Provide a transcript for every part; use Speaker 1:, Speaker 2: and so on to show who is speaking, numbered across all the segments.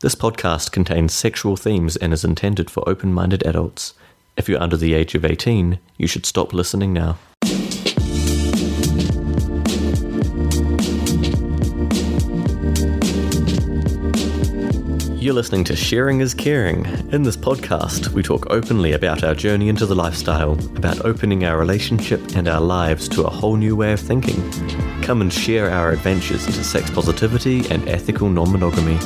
Speaker 1: This podcast contains sexual themes and is intended for open minded adults. If you're under the age of 18, you should stop listening now. You're listening to Sharing is Caring. In this podcast, we talk openly about our journey into the lifestyle, about opening our relationship and our lives to a whole new way of thinking. Come and share our adventures into sex positivity and ethical non monogamy.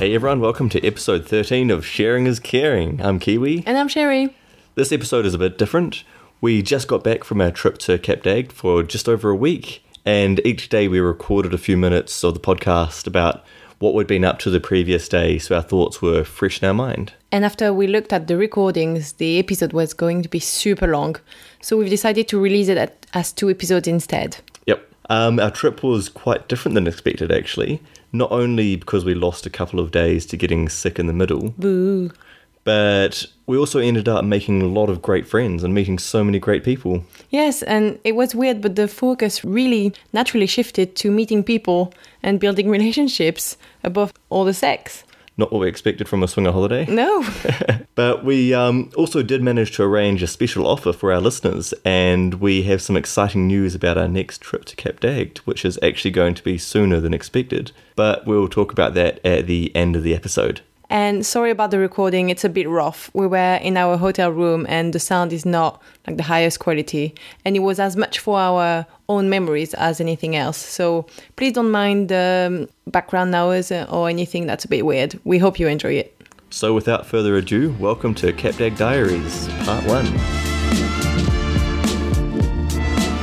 Speaker 1: Hey everyone, welcome to episode 13 of Sharing is Caring. I'm Kiwi.
Speaker 2: And I'm Sherry.
Speaker 1: This episode is a bit different. We just got back from our trip to Cap Dag for just over a week, and each day we recorded a few minutes of the podcast about what we'd been up to the previous day, so our thoughts were fresh in our mind.
Speaker 2: And after we looked at the recordings, the episode was going to be super long. So we've decided to release it at, as two episodes instead.
Speaker 1: Yep. Um, our trip was quite different than expected, actually. Not only because we lost a couple of days to getting sick in the middle,
Speaker 2: Boo.
Speaker 1: but we also ended up making a lot of great friends and meeting so many great people.
Speaker 2: Yes, and it was weird, but the focus really naturally shifted to meeting people and building relationships above all the sex.
Speaker 1: Not what we expected from a swinger holiday.
Speaker 2: No.
Speaker 1: But we um, also did manage to arrange a special offer for our listeners, and we have some exciting news about our next trip to Cap Dagt, which is actually going to be sooner than expected. But we'll talk about that at the end of the episode.
Speaker 2: and sorry about the recording, it's a bit rough. We were in our hotel room and the sound is not like the highest quality. And it was as much for our own memories as anything else. So please don't mind the um, background noise uh, or anything that's a bit weird. We hope you enjoy it.
Speaker 1: So, without further ado, welcome to Cap Dagt Diaries, Part 1.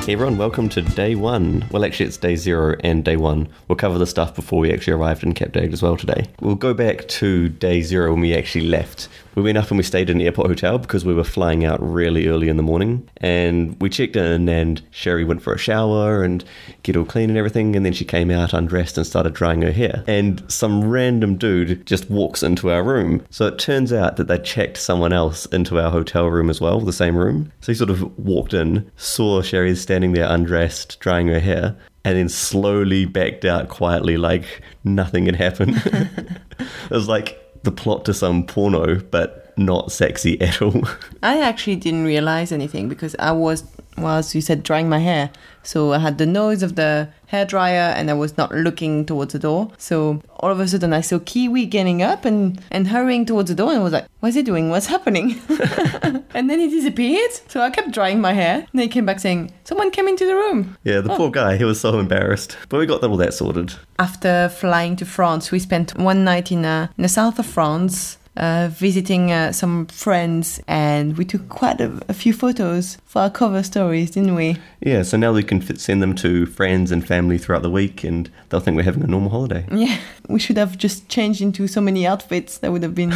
Speaker 1: Hey everyone, welcome to day one. Well, actually, it's day zero and day one. We'll cover the stuff before we actually arrived in Cap Dagt as well today. We'll go back to day zero when we actually left. We went up and we stayed in an airport hotel because we were flying out really early in the morning. And we checked in, and Sherry went for a shower and get all clean and everything. And then she came out undressed and started drying her hair. And some random dude just walks into our room. So it turns out that they checked someone else into our hotel room as well, the same room. So he sort of walked in, saw Sherry standing there undressed, drying her hair, and then slowly backed out quietly like nothing had happened. it was like the plot to some porno, but not sexy at all.
Speaker 2: I actually didn't realize anything because I was, well, as you said, drying my hair. So I had the noise of the hair dryer and I was not looking towards the door. So all of a sudden I saw Kiwi getting up and, and hurrying towards the door and I was like, what's he doing? What's happening? and then he disappeared. So I kept drying my hair. And then he came back saying, someone came into the room.
Speaker 1: Yeah, the poor guy, he was so embarrassed. But we got all that sorted.
Speaker 2: After flying to France, we spent one night in, uh, in the south of France. Uh, visiting uh, some friends, and we took quite a, a few photos for our cover stories, didn't we?
Speaker 1: Yeah, so now we can fit, send them to friends and family throughout the week, and they'll think we're having a normal holiday.
Speaker 2: Yeah, we should have just changed into so many outfits. That would have been.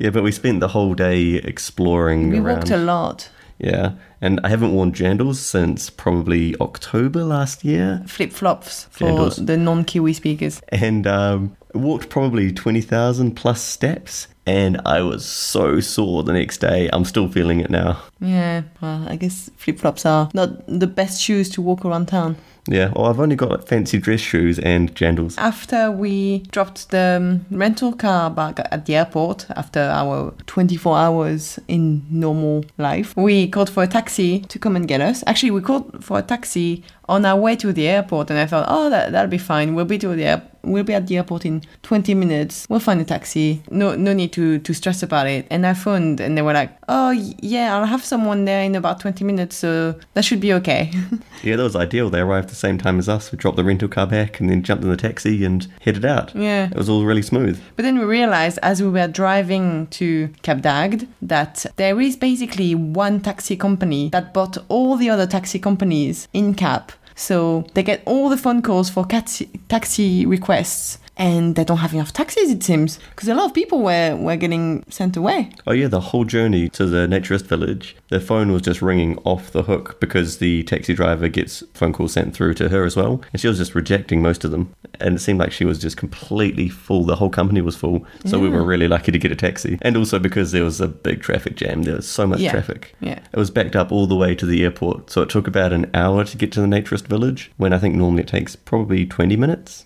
Speaker 1: Yeah, but we spent the whole day exploring
Speaker 2: Mm. we
Speaker 1: around.
Speaker 2: walked a lot.
Speaker 1: yeah, and I haven't worn jandals since probably October last year,
Speaker 2: Flip flops for
Speaker 1: Sandals.
Speaker 2: the non Kiwi speakers.
Speaker 1: and um, walked probably twenty thousand plus steps, and I was so sore the next day. I'm still feeling it now.
Speaker 2: Yeah, well, I guess flip flops are not the best shoes to walk around town.
Speaker 1: Yeah, well, I've only got like, fancy dress shoes and jandals.
Speaker 2: After we dropped the um, rental car back at the airport after our 24 hours in normal life, we called for a taxi to come and get us. Actually, we called for a taxi on our way to the airport, and I thought, oh, that, that'll be fine. We'll be to the air- We'll be at the airport in 20 minutes. We'll find a taxi. No, no need to, to stress about it. And I phoned, and they were like, "Oh, y- yeah, I'll have someone there in about 20 minutes, so that should be okay."
Speaker 1: Yeah, that was ideal. They arrived the same time as us. We dropped the rental car back and then jumped in the taxi and headed out.
Speaker 2: Yeah.
Speaker 1: It was all really smooth.
Speaker 2: But then we realized as we were driving to Cap d'Agde that there is basically one taxi company that bought all the other taxi companies in Cap. So they get all the phone calls for taxi, taxi requests and they don't have enough taxis it seems because a lot of people were, were getting sent away.
Speaker 1: Oh yeah, the whole journey to the naturist village, the phone was just ringing off the hook because the taxi driver gets phone calls sent through to her as well, and she was just rejecting most of them. and it seemed like she was just completely full. The whole company was full, so we were really lucky to get a taxi. And also because there was a big traffic jam, there was so much
Speaker 2: Yeah.
Speaker 1: traffic.
Speaker 2: Yeah.
Speaker 1: It was backed up all the way to the airport, so it took about an hour to get to the naturist village, when I think normally it takes probably 20 minutes.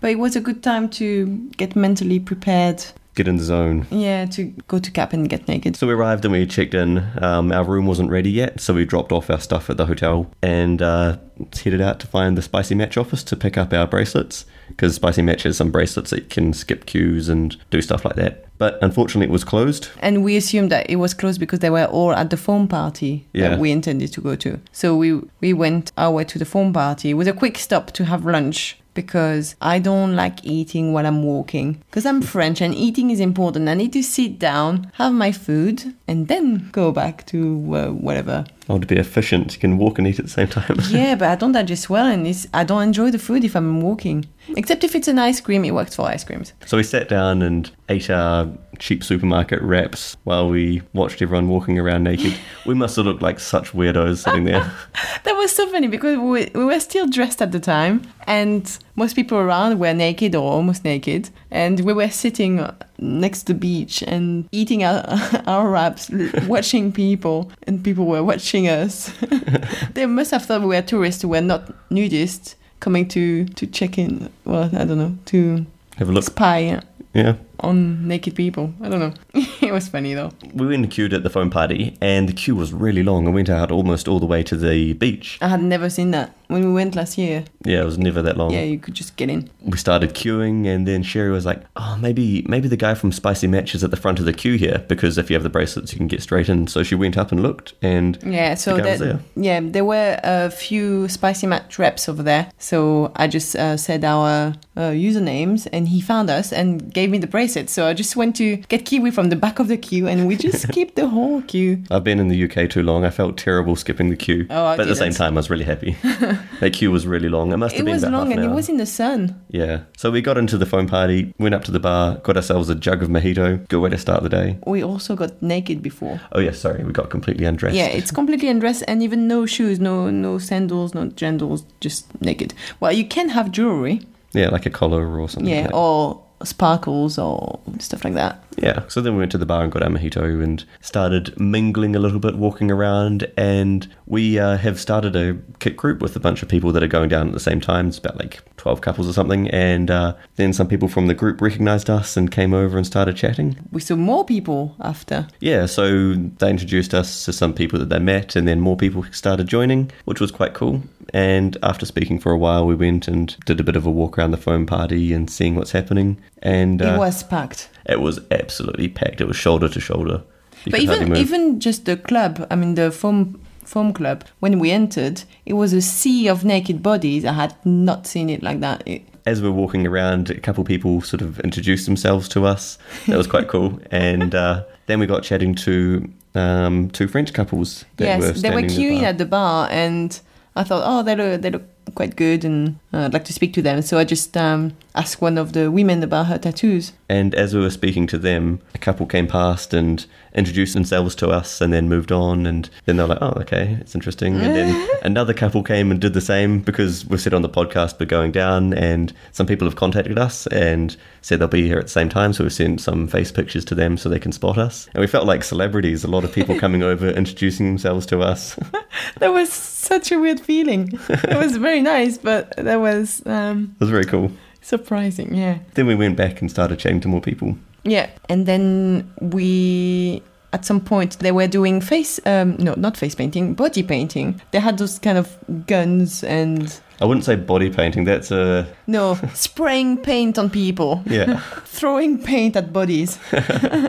Speaker 2: But it was a good time to get mentally prepared.
Speaker 1: Get in the zone.
Speaker 2: Yeah, to go to Cap and get naked.
Speaker 1: So we arrived and we checked in. Um, our room wasn't ready yet, so we dropped off our stuff at the hotel and uh, headed out to find the Spicy Match office to pick up our bracelets because Spicy Match has some bracelets that you can skip queues and do stuff like that. But unfortunately, it was closed.
Speaker 2: And we assumed that it was closed because they were all at the foam party
Speaker 1: Yeah.
Speaker 2: that we intended to go to. So we we went our way to the foam party with a quick stop to have lunch because I don't like eating while I'm walking because I'm French and eating is important. I need to sit down, have my food, and then go back to uh, whatever.
Speaker 1: Oh, to be efficient, you can walk and eat at the same time.
Speaker 2: yeah, but I don't digest well, and it's, I don't enjoy the food if I'm walking. Except if it's an ice cream, it works for ice creams.
Speaker 1: so we sat down and ate our cheap supermarket wraps while we watched everyone walking around naked. we must have looked like such weirdos sitting there.
Speaker 2: That was so funny because we, we were still dressed at the time, and most people around were naked or almost naked, and we were sitting next to the beach and eating our, our wraps, l- watching people, and people were watching us. they must have thought we were tourists who were not nudists coming to, to check in, well, I don't know, to
Speaker 1: Have a look.
Speaker 2: spy
Speaker 1: Yeah.
Speaker 2: on naked people. I don't know. it was funny though.
Speaker 1: We went and queued at the phone party, and the queue was really long and went out almost all the way to the beach.
Speaker 2: I had never seen that when we went last year.
Speaker 1: Yeah, it was never that long.
Speaker 2: Yeah, you could just get in.
Speaker 1: We started queuing, and then Sherry was like, "Oh, maybe maybe the guy from Spicy Match is at the front of the queue here because if you have the bracelets, you can get straight in." So she went up and looked, and
Speaker 2: Yeah, so
Speaker 1: guy
Speaker 2: that,
Speaker 1: was there.
Speaker 2: yeah, there were a few spicy match reps over there. So I just uh, said our uh, usernames, and he found us and gave me the bracelet. So I just went to get kiwi from the back of the queue, and we just skipped the whole queue.
Speaker 1: I've been in the UK too long. I felt terrible skipping the queue,
Speaker 2: Oh, I
Speaker 1: but at the same
Speaker 2: didn't.
Speaker 1: time, I was really happy. that queue was really long. It must have
Speaker 2: it
Speaker 1: been
Speaker 2: was
Speaker 1: about
Speaker 2: long,
Speaker 1: half an
Speaker 2: and it
Speaker 1: hour.
Speaker 2: was in the sun.
Speaker 1: Yeah. So we got into the phone party, went up to the bar, got ourselves a jug of mojito. Good way to start the day.
Speaker 2: We also got naked before.
Speaker 1: Oh yeah, sorry, we got completely undressed.
Speaker 2: Yeah, it's completely undressed and even no shoes, no no sandals, no genitals, just naked. Well, you can have jewelry,
Speaker 1: Yeah, like a collar or something.
Speaker 2: yeah,
Speaker 1: like that.
Speaker 2: or sparkles or stuff like that.
Speaker 1: yeah. So then we went to the bar and got our mojito and started mingling a little bit, walking around. And we uh, have started a kit group with a bunch of people that are going down at the same time. It's about like 12 couples or something. And uh, then some people from the group recognized us and came over and started chatting.
Speaker 2: We saw more people after.
Speaker 1: Yeah, so they introduced us to some people that they met, and then more people started joining, which was quite cool. And after speaking for a while, we went and did a bit of a walk around the foam party and seeing what's happening. And uh,
Speaker 2: it was packed.
Speaker 1: It was absolutely packed. It was shoulder to shoulder. You
Speaker 2: But
Speaker 1: could hardly
Speaker 2: even
Speaker 1: move.
Speaker 2: even just the club, I mean the foam foam club. When we entered, it was a sea of naked bodies. I had not seen it like that. It,
Speaker 1: as we're walking around, a couple people sort of introduced themselves to us. That was quite cool. And uh, then we got chatting to um, two French couples. That
Speaker 2: yes,
Speaker 1: were
Speaker 2: they were
Speaker 1: standing in the
Speaker 2: queuing
Speaker 1: bar.
Speaker 2: at the bar, and I thought, oh, they look they look quite good, and uh, I'd like to speak to them. So I just um, asked one of the women about her tattoos.
Speaker 1: And as we were speaking to them, a couple came past and introduced themselves to us and then moved on. And then they're like, oh, okay, it's interesting. And then another couple came and did the same because we said on the podcast we're going down. And some people have contacted us and said they'll be here at the same time. So we've sent some face pictures to them so they can spot us. And we felt like celebrities, a lot of people coming over, introducing themselves to us.
Speaker 2: That was such a weird feeling. it was very nice, but that was um,
Speaker 1: it was very cool.
Speaker 2: surprising. Yeah.
Speaker 1: Then we went back and started chatting to more people.
Speaker 2: Yeah, and then we at some point they were doing face um no not face painting body painting they had those kind of guns and
Speaker 1: I wouldn't say body painting. That's a,
Speaker 2: no spraying paint on people
Speaker 1: yeah.
Speaker 2: throwing paint at bodies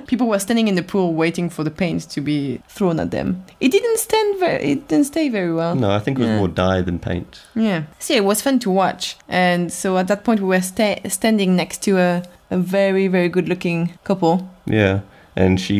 Speaker 2: people were standing in the pool waiting for the paint to be thrown at them it didn't stand very it didn't stay very well
Speaker 1: No, I think it was
Speaker 2: Yeah.
Speaker 1: more dye than paint.
Speaker 2: Yeah. So it was fun to watch. And so at that point, we were sta- standing next to a, a very, very good looking couple.
Speaker 1: Yeah, and she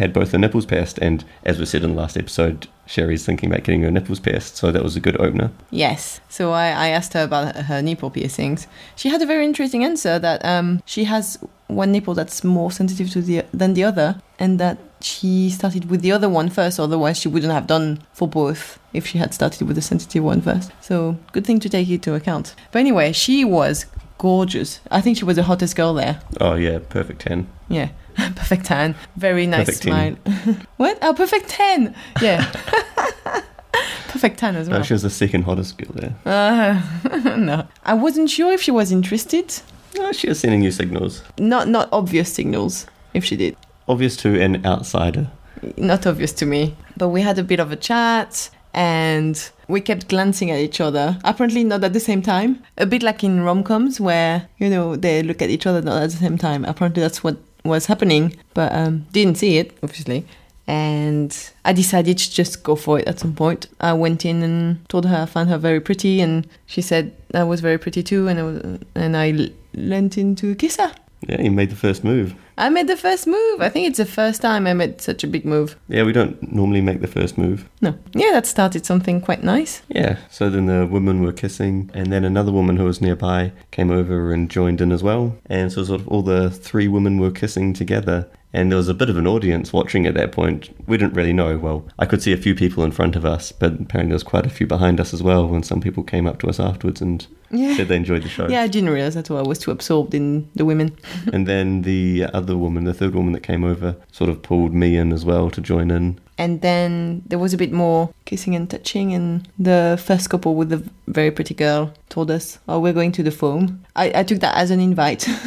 Speaker 1: had both her nipples pierced, and as we said in the last episode, Sherry's thinking about getting her nipples pierced, so that was a good opener.
Speaker 2: Yes. So I, I asked her about her nipple piercings. She had a very interesting answer that um, she has one nipple that's more sensitive to the than the other, and that she started with the other one first. Otherwise, she wouldn't have done for both if she had started with the sensitive one first. So good thing to take into account. But anyway, she was gorgeous. I think she was the hottest girl there.
Speaker 1: Oh yeah, perfect ten.
Speaker 2: Yeah. Perfect 10. Very nice
Speaker 1: Perfect
Speaker 2: smile. what? Oh, perfect 10. Yeah. perfect 10 as
Speaker 1: No,
Speaker 2: well.
Speaker 1: Oh, she was the second hottest girl there.
Speaker 2: Uh, no. I wasn't sure if she was interested.
Speaker 1: No, Oh, she was sending you signals.
Speaker 2: Not not obvious signals if she did.
Speaker 1: Obvious to an outsider.
Speaker 2: Not obvious to me. But we had a bit of a chat and we kept glancing at each other. Apparently not at the same time. A bit like in rom-coms where, you know, they look at each other not at the same time. Apparently that's what was happening, but um didn't see it, obviously. And I decided to just go for it at some point. I went in and told her I found her very pretty, and she said I was very pretty too. And I was, and I l- leant in to kiss her.
Speaker 1: Yeah, you made the first move.
Speaker 2: I made the first move. I think it's the first time I made such a big move.
Speaker 1: Yeah, we don't normally make the first move.
Speaker 2: No. Yeah, that started something quite nice.
Speaker 1: Yeah. So then the women were kissing, and then another woman who was nearby came over and joined in as well. And so sort of all the three women were kissing together. And there was a bit of an audience watching at that point. We didn't really know. Well, I could see a few people in front of us, but apparently there was quite a few behind us as well. When some people came up to us afterwards and
Speaker 2: Yeah.
Speaker 1: said they enjoyed the show.
Speaker 2: Yeah, I didn't realize that I was too absorbed in the women.
Speaker 1: And then the other woman, the third woman that came over, sort of pulled me in as well to join in.
Speaker 2: And then there was a bit more kissing and touching, and the first couple with the very pretty girl told us, Oh, we're going to the foam. I, I took that as an invite.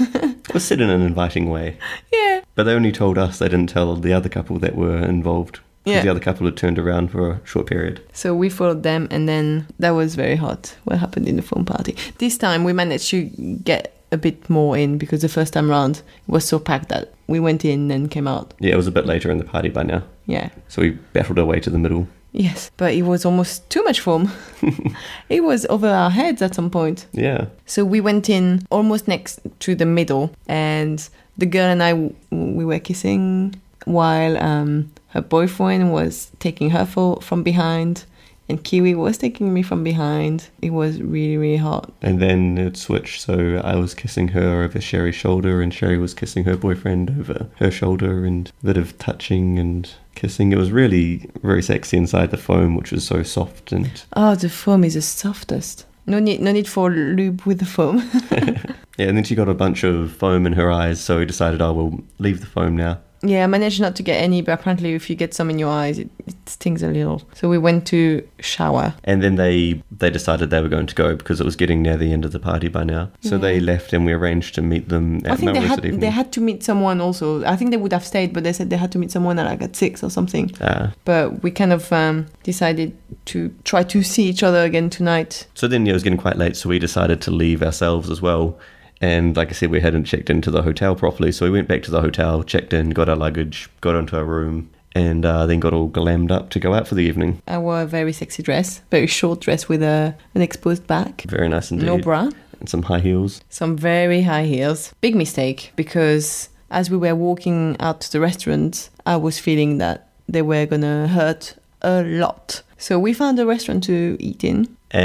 Speaker 1: It was said in an inviting way.
Speaker 2: yeah.
Speaker 1: But they only told us, they didn't tell the other couple that were involved. Because
Speaker 2: Yeah.
Speaker 1: the other couple had turned around for a short period.
Speaker 2: So we followed them, and then that was very hot. What happened in the foam party? This time we managed to get a bit more in because the first time round it was so packed that we went in and came out.
Speaker 1: Yeah, it was a bit later in the party by now.
Speaker 2: Yeah.
Speaker 1: So we battled our way to the middle.
Speaker 2: Yes, but it was almost too much foam. it was over our heads at some point.
Speaker 1: Yeah.
Speaker 2: So we went in almost next to the middle, and the girl and I w- we were kissing while um, her boyfriend was taking her for, from behind, and Kiwi was taking me from behind. It was really really hot.
Speaker 1: And then it switched. So I was kissing her over Sherry's shoulder, and Sherry was kissing her boyfriend over her shoulder, and a bit of touching and kissing. It was really very sexy inside the foam, which was so soft and
Speaker 2: Oh, the foam is the softest. No need no need for lube with the foam.
Speaker 1: Yeah, and then she got a bunch of foam in her eyes, so we decided, oh, we'll leave the foam now.
Speaker 2: yeah, I managed not to get any, but apparently if you get some in your eyes, it, it stings a little. So we went to shower.
Speaker 1: And then they they decided they were going to go because it was getting near the end of the party by now. So they left, and we arranged to meet them
Speaker 2: I
Speaker 1: at
Speaker 2: think they
Speaker 1: Melrose
Speaker 2: had
Speaker 1: that evening.
Speaker 2: they had to meet someone also. I think they would have stayed, but they said they had to meet someone at like at six or something.
Speaker 1: Ah.
Speaker 2: But we kind of um, decided to try to see each other again tonight.
Speaker 1: so then yeah, it was getting quite late, so we decided to leave ourselves as well. And like I said, we hadn't checked into the hotel properly, so we went back to the hotel, checked in, got our luggage, got onto our room, and uh, then got all glammed up to go out for the evening.
Speaker 2: I wore a very sexy dress, very short dress with a an exposed back,
Speaker 1: Very nice indeed.
Speaker 2: no bra,
Speaker 1: and some high heels.
Speaker 2: some very high heels. Big mistake because as we were walking out to the restaurant, I was feeling that they were gonna hurt a lot. So we found a restaurant to eat in,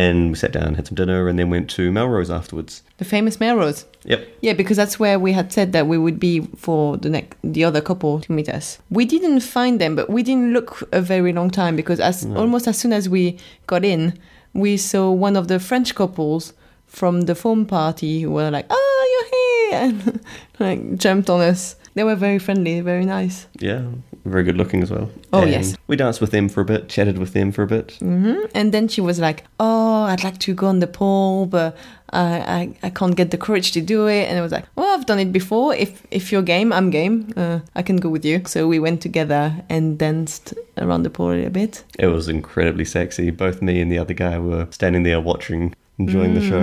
Speaker 1: And we sat down, had some dinner, and then went to Melrose afterwards.
Speaker 2: the famous Melrose.
Speaker 1: Yep.
Speaker 2: Yeah, because that's where we had said that we would be for the next the other couple to meet us. We didn't find them, but we didn't look a very long time because as almost as soon as we got in, we saw one of the French couples from the foam party who were like, "Oh, you're here!" and like jumped on us. They were very friendly, very nice.
Speaker 1: Yeah, very good looking as well.
Speaker 2: Oh, yes.
Speaker 1: We danced with them for a bit, chatted with them for a bit.
Speaker 2: hmm And then she was like, "Oh, I'd like to go on the pole, but uh, I, I, I can't get the courage to do it." And I was like, "Well, I've done it before. If if you're game, I'm game. Uh, I can go with you." So we went together and danced around the pole a little bit.
Speaker 1: It was incredibly sexy. Both me and the other guy were standing there watching, enjoying the show.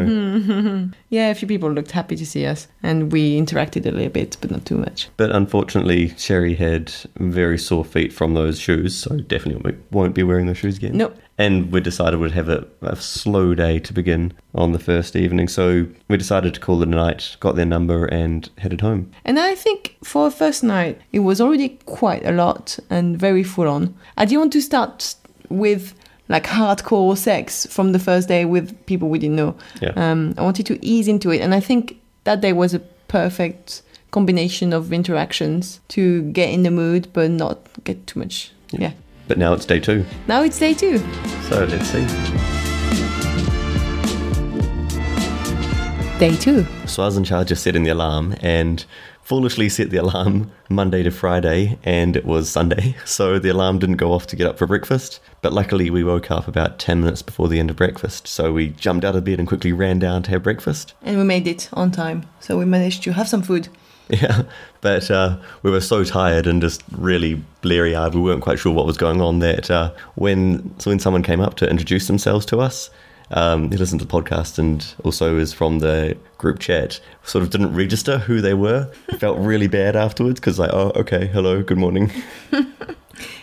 Speaker 2: Yeah, a few people looked happy to see us, and we interacted a little bit, but not too much.
Speaker 1: But unfortunately, Sherry had very sore feet from those shoes, so definitely won't be wearing those shoes again.
Speaker 2: No.
Speaker 1: And we decided we'd have a, a slow day to begin on the first evening, so we decided to call it a night, got their number, and headed home.
Speaker 2: And I think for a first night, it was already quite a lot and very full on. I didn't want to start with like hardcore sex from the first day with people we didn't know.
Speaker 1: Yeah.
Speaker 2: Um, I wanted to ease into it. And I think that day was a perfect combination of interactions to get in the mood but not get too much. Yeah.
Speaker 1: But now it's day two,
Speaker 2: Now it's day two.
Speaker 1: so let's see.
Speaker 3: day two.
Speaker 1: So I was in charge of setting the alarm and foolishly set the alarm Monday to Friday and it was Sunday. So the alarm didn't go off to get up for breakfast. But luckily we woke up about 10 minutes before the end of breakfast. So we jumped out of bed and quickly ran down to have breakfast.
Speaker 2: And we made it on time. So we managed to have some food.
Speaker 1: Yeah, but uh, we were so tired and just really bleary eyed. We weren't quite sure what was going on. That uh, when so when someone came up to introduce themselves to us, um, he listened to the podcast and also is from the group chat. Sort of didn't register who they were. Felt really bad afterwards because like, oh, okay, hello, good morning.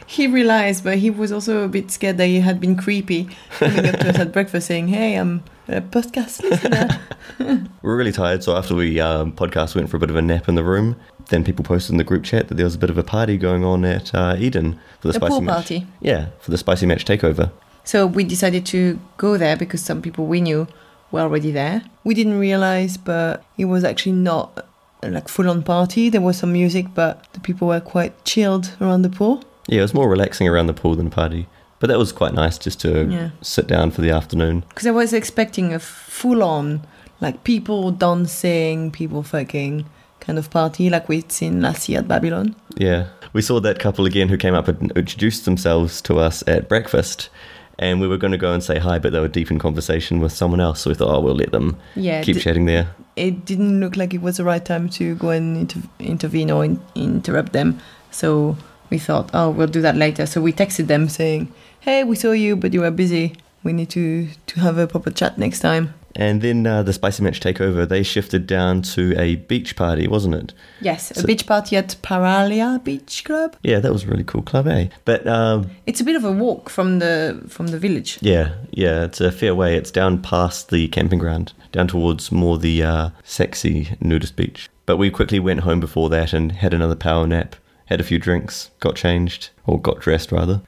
Speaker 2: He realized, but he was also a bit scared that he had been creepy coming up to us at breakfast saying, Hey, I'm a podcast listener.
Speaker 1: We were really tired, so after we um, podcast went for a bit of a nap in the room. Then people posted in the group chat that there was a bit of a party going on at uh, Eden for the
Speaker 2: A
Speaker 1: spicy
Speaker 2: pool
Speaker 1: match.
Speaker 2: party.
Speaker 1: Yeah, for the spicy match takeover.
Speaker 2: So we decided to go there because some people we knew were already there. We didn't realize, but it was actually not uh, like full on party. There was some music, but the people were quite chilled around the pool.
Speaker 1: Yeah, it was more relaxing around the pool than a party. But that was quite nice just to
Speaker 2: Yeah.
Speaker 1: sit down for the afternoon.
Speaker 2: Because I was expecting a full on, like people dancing, people fucking kind of party like we'd seen last year at Babylon.
Speaker 1: Yeah. We saw that couple again who came up and introduced themselves to us at breakfast. And we were going to go and say hi, but they were deep in conversation with someone else. So we thought, oh, we'll let them
Speaker 2: Yeah,
Speaker 1: keep
Speaker 2: d-
Speaker 1: chatting there.
Speaker 2: it didn't look like it was the right time to go and inter- intervene or in- interrupt them. So we thought, oh, we'll do that later. So we texted them saying, hey, we saw you, but you were busy. We need to, to have a proper chat next time.
Speaker 1: And then uh, the Spicy Match Takeover, they shifted down to a beach party, wasn't it?
Speaker 2: Yes, a
Speaker 1: So-
Speaker 2: beach party at Paralia Beach Club.
Speaker 1: Yeah, that was a really cool club, eh? But um,
Speaker 2: It's a bit of a walk from the from the village.
Speaker 1: Yeah, yeah, it's a fair way. It's down past the camping ground, down towards more the uh, sexy nudist beach. But we quickly went home before that and had another power nap, had a few drinks, got changed, or got dressed rather,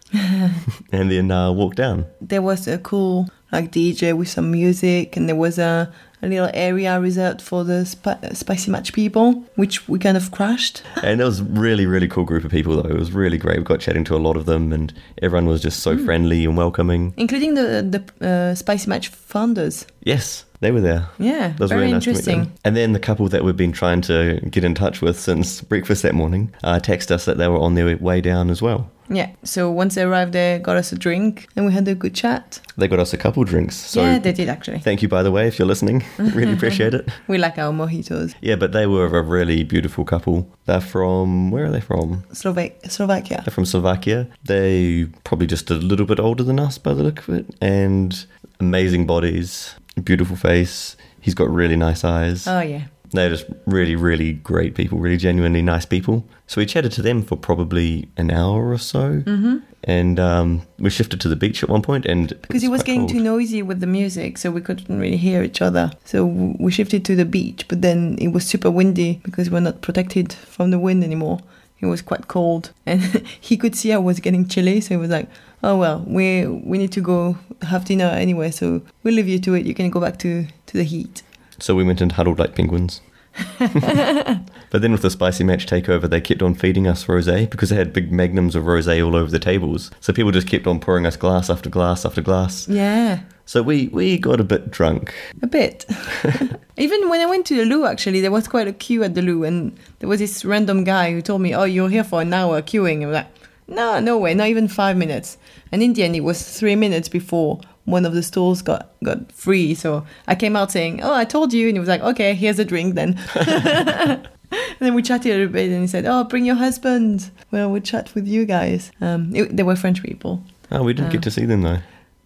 Speaker 1: and then uh, walked down.
Speaker 2: There was a cool like DJ with some music, and there was a, a little area reserved for the spi- spicy match people, which we kind of crashed.
Speaker 1: And it was really, really cool group of people though. It was really great. We got chatting to a lot of them, and everyone was just
Speaker 2: Hmm.
Speaker 1: so friendly and welcoming.
Speaker 2: including the the uh, spicy match founders.
Speaker 1: Yes, they were there.
Speaker 2: Yeah,
Speaker 1: That was
Speaker 2: very
Speaker 1: really nice To meet
Speaker 2: interesting.
Speaker 1: them. And then the couple that we've been trying to get in touch with since breakfast that morning uh, text us that they were on their way down as well.
Speaker 2: Yeah, so once they arrived, they got us a drink and we had a good chat.
Speaker 1: They got us a couple drinks. So
Speaker 2: yeah, they did actually.
Speaker 1: thank you, by the way, if you're listening. really appreciate it.
Speaker 2: We like our mojitos.
Speaker 1: Yeah, but they were a really beautiful couple. They're from, where are they from?
Speaker 2: Slovak Slovakia.
Speaker 1: They're from Slovakia. They probably just a little bit older than us by the look of it. And amazing bodies, beautiful face. He's got really nice eyes.
Speaker 2: Oh yeah,
Speaker 1: They're just really, really great people, really genuinely nice people. So we chatted to them for probably an hour or so. Mm-hmm. And um, we shifted to the beach at one point and
Speaker 2: because it was getting too noisy with the music, so we couldn't really hear each other. So w- we shifted to the beach, but then it was super windy because we're not protected from the wind anymore. It was quite cold, and he could see I was getting chilly, so he was like, "Oh well, we we need to go have dinner anyway, so we'll leave you to it. You can go back to to the heat."
Speaker 1: So we went and huddled like penguins. but then with the spicy match takeover, they kept on feeding us rosé because they had big magnums of rosé all over the tables. So people just kept on pouring us glass after glass after glass.
Speaker 2: Yeah,
Speaker 1: So we we got a bit drunk.
Speaker 2: a bit. Even when I went to the loo, actually, there was quite a queue at the loo, and there was this random guy who told me, "Oh, you're here for an hour queuing." I'm like, "No, no way, not even five minutes." And in the end, it was three minutes before one of the stalls got got free. So I came out saying, "Oh, I told you," and he was like, "Okay, here's a drink then." And then we chatted a little bit, and he said, "Oh, bring your husband. Well, we'll chat with you guys." Um, it, they were French people.
Speaker 1: Oh, we didn't get to see them though.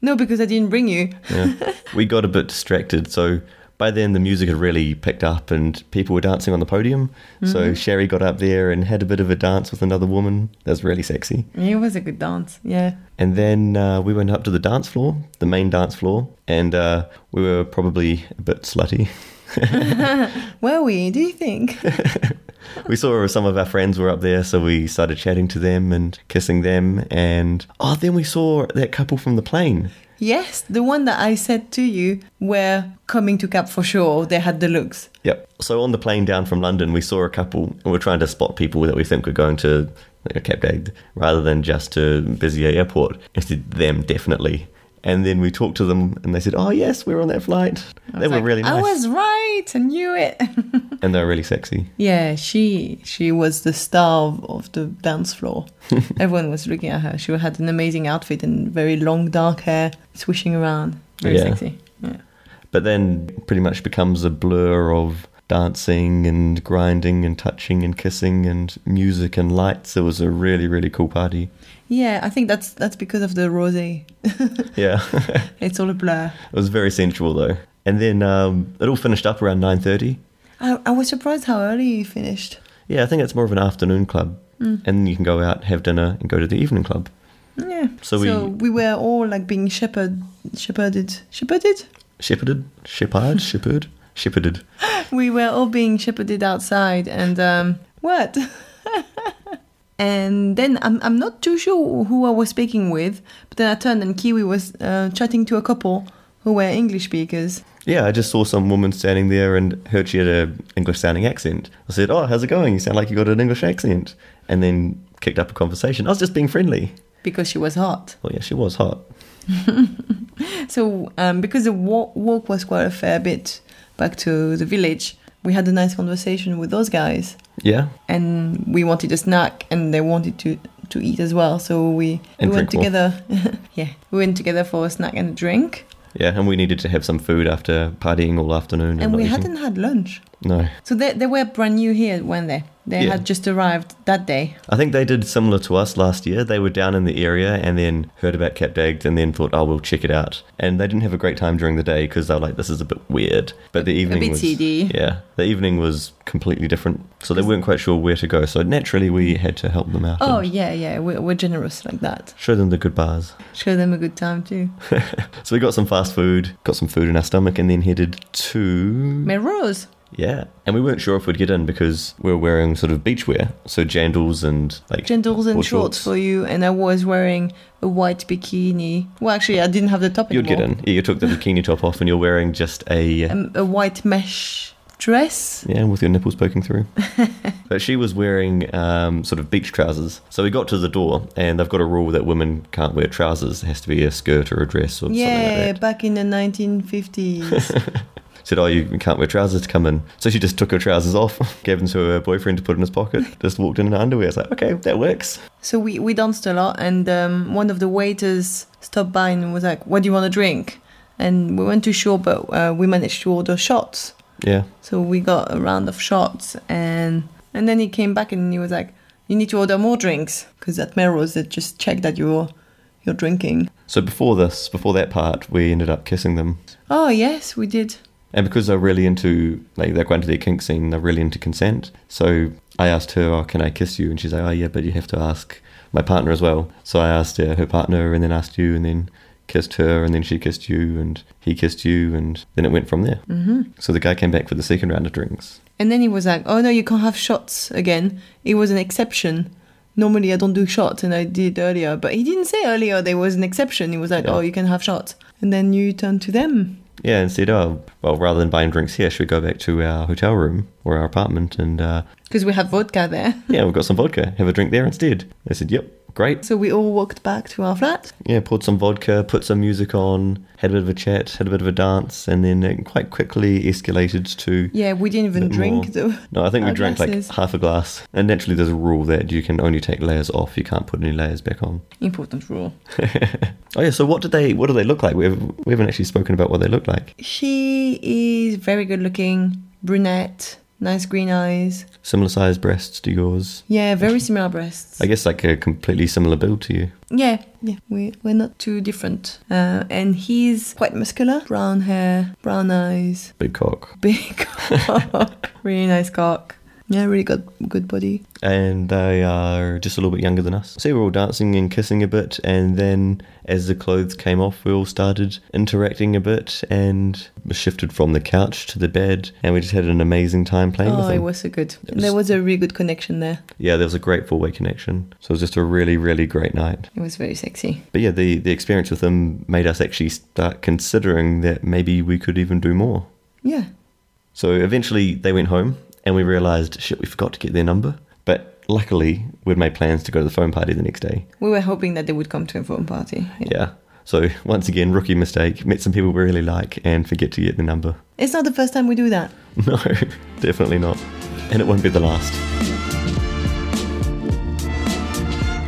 Speaker 2: No, because I didn't bring you.
Speaker 1: Yeah. we got a bit distracted. So by then the music had really picked up and people were dancing on the podium. So Sherry got up there and had a bit of a dance with another woman. That was really sexy.
Speaker 2: It was a good dance. Yeah.
Speaker 1: And then uh, we went up to the dance floor, the main dance floor, and uh, we were probably a bit slutty.
Speaker 2: Were we? Do you think?
Speaker 1: we saw some of our friends were up there, so we started chatting to them and kissing them. And oh, then we saw that couple from the plane.
Speaker 2: Yes, the one that I said to you were coming to Cap for sure. They had the looks.
Speaker 1: Yep. So on the plane down from London, we saw a couple, and we're trying to spot people that we think are going to you know, Cape Dagd rather than just to Bezier Airport. It's them, definitely. And then we talked to them, and they said, "Oh yes, we were on that flight. They were
Speaker 2: Like,
Speaker 1: really nice,
Speaker 2: I was right. I knew it.
Speaker 1: and they were really sexy."
Speaker 2: yeah, she she was the star of- of the dance floor. Everyone was looking at her. She had an amazing outfit and very long dark hair swishing around. Very
Speaker 1: Yeah.
Speaker 2: sexy. Yeah.
Speaker 1: But then pretty much becomes a blur of dancing and grinding and touching and kissing and music and lights. It was a really really cool party.
Speaker 2: Yeah, I think that's that's because of the rosé.
Speaker 1: Yeah.
Speaker 2: It's all a blur.
Speaker 1: It was very sensual though. And then um, it all finished up around nine thirty.
Speaker 2: I, I was surprised how early you finished.
Speaker 1: Yeah, I think it's more of an afternoon club, and then you can go out, have dinner, and go to the evening club.
Speaker 2: Yeah.
Speaker 1: So we-
Speaker 2: we were all like being shepherd shepherded shepherded.
Speaker 1: Shepherded, shepherd, shepherd, shepherded.
Speaker 2: We were all being shepherded outside, and um, what? and then I'm I'm not too sure who I was speaking with, but then I turned and Kiwi was uh, chatting to a couple who were English speakers.
Speaker 1: Yeah, I just saw some woman standing there and heard she had a English sounding accent. I said, "Oh, how's it going? You sound like you got an English accent." And then kicked up a conversation. I was just being friendly.
Speaker 2: Because she was hot.
Speaker 1: Well, yeah, she was hot.
Speaker 2: So, um, because the walk, walk was quite a fair bit back to the village, we had a nice conversation with those guys.
Speaker 1: Yeah,
Speaker 2: and we wanted a snack and they wanted to to eat as well so we, we
Speaker 1: And
Speaker 2: went
Speaker 1: drink more.
Speaker 2: together yeah we went together for a snack and a drink
Speaker 1: yeah. And we needed to have some food after partying all afternoon. not
Speaker 2: and we
Speaker 1: eating.
Speaker 2: hadn't had lunch
Speaker 1: No,
Speaker 2: so they, they were brand new here weren't they they
Speaker 1: Yeah.
Speaker 2: had just arrived that day
Speaker 1: I think they did similar to us last year. They were down in the area and then heard about Capdags and then thought, oh, we'll check it out. And they didn't have a great time during the day because they were like, this is a bit weird. But the evening
Speaker 2: bit
Speaker 1: was.
Speaker 2: seedy.
Speaker 1: Yeah, the evening was completely different. So they weren't quite sure where to go. So naturally, we had to help them out.
Speaker 2: oh
Speaker 1: and
Speaker 2: yeah yeah we're, we're generous like that
Speaker 1: Show them the good bars.
Speaker 2: show them a good time too
Speaker 1: So we got some fast food, got some food in our stomach, and then headed to.
Speaker 2: melrose
Speaker 1: Yeah. And we weren't sure if we'd get in because we were wearing sort of beach wear. So jandals and like.
Speaker 2: genitals and
Speaker 1: or
Speaker 2: shorts. for you and i was wearing a white bikini well actually i didn't have the top
Speaker 1: You'd
Speaker 2: anymore
Speaker 1: get in. Yeah, you took the bikini top off and you're wearing just a.
Speaker 2: Um, a white mesh dress
Speaker 1: Yeah, with your nipples poking through. but she was wearing um, sort of beach trousers. So we got to the door, and they've got a rule that women can't wear trousers. It has to be a skirt or a dress or something
Speaker 2: yeah
Speaker 1: like that.
Speaker 2: back in the 1950s
Speaker 1: Said, oh, you can't wear trousers to come in. So she just took her trousers off, gave them to her boyfriend to put in his pocket, just walked in in her underwear. It's like, okay, that works.
Speaker 2: So we, we danced a lot, and um, one of the waiters stopped by and was like, "What do you want to drink?" And we weren't too sure, but uh, we managed to order shots.
Speaker 1: Yeah.
Speaker 2: So we got a round of shots, and and then he came back and he was like, "You need to order more drinks because at Melrose they just check that you're you're drinking."
Speaker 1: So before this, before that part, we ended up kissing them.
Speaker 2: Oh yes, we did.
Speaker 1: And because they're really into, like, they're quite into their kink scene, they're really into consent. So I asked her, oh, can I kiss you? And she's like, oh, yeah, but you have to ask my partner as well. So I asked uh, her, her partner and then asked you and then kissed her and then she kissed you and he kissed you and then it went from there. Mm-hmm. So the guy came back for the second round of drinks.
Speaker 2: And then he was like, "Oh no, you can't have shots again. It was an exception. Normally I don't do shots, and I did earlier, but he didn't say earlier there was an exception. He was like,
Speaker 1: Yeah.
Speaker 2: "Oh, you can have shots." And then you turn to them.
Speaker 1: Yeah, and said, oh, well, rather than buying drinks here, should we go back to our hotel room or our apartment and, uh,
Speaker 2: Because we had vodka there.
Speaker 1: yeah, we've got some vodka, have a drink there instead. They said, yep, great.
Speaker 2: So we all walked back to our flat.
Speaker 1: yeah, poured some vodka, put some music on, had a bit of a chat, had a bit of a dance, and then it quite quickly escalated to.
Speaker 2: Yeah, we didn't even
Speaker 1: Bit more.
Speaker 2: drink though.
Speaker 1: No, I think we
Speaker 2: Our
Speaker 1: drank like
Speaker 2: glasses.
Speaker 1: half a glass. And naturally, there's a rule that you can only take layers off. You can't put any layers back on.
Speaker 2: Important rule.
Speaker 1: Oh yeah. So what did they? What do they look like? We haven't, we haven't actually spoken about what they look like.
Speaker 2: She is very good looking, brunette, nice green eyes.
Speaker 1: Similar sized breasts to yours.
Speaker 2: Yeah, very similar breasts.
Speaker 1: I guess like a completely similar build to you.
Speaker 2: Yeah, yeah, we, we're not too different. Uh, and he's quite muscular, brown hair, brown eyes,
Speaker 1: Big cock.
Speaker 2: big cock, really nice cock. Yeah, really good, good body.
Speaker 1: And they are just a little bit younger than us. So we were all dancing and kissing a bit, and then as the clothes came off, we all started interacting a bit and shifted from the couch to the bed, and we just had an amazing time playing with
Speaker 2: Oh, it
Speaker 1: them.
Speaker 2: was so good.
Speaker 1: was-
Speaker 2: There was a really good connection there.
Speaker 1: Yeah, there was a great four way connection. So it was just a really, really great night.
Speaker 2: It was very sexy.
Speaker 1: But yeah, the, the experience with them made us actually start considering that maybe we could even do more.
Speaker 2: Yeah,
Speaker 1: So eventually they went home and we realized, shit, we forgot to get their number. But luckily, we'd made plans to go to the phone party the next day.
Speaker 2: We were hoping that they would come to a phone party. Yeah.
Speaker 1: Yeah. So once again, rookie mistake. Met some people we really like and forget to get the number.
Speaker 4: It's not the first time we do that.
Speaker 1: No, definitely not. And it won't be the last.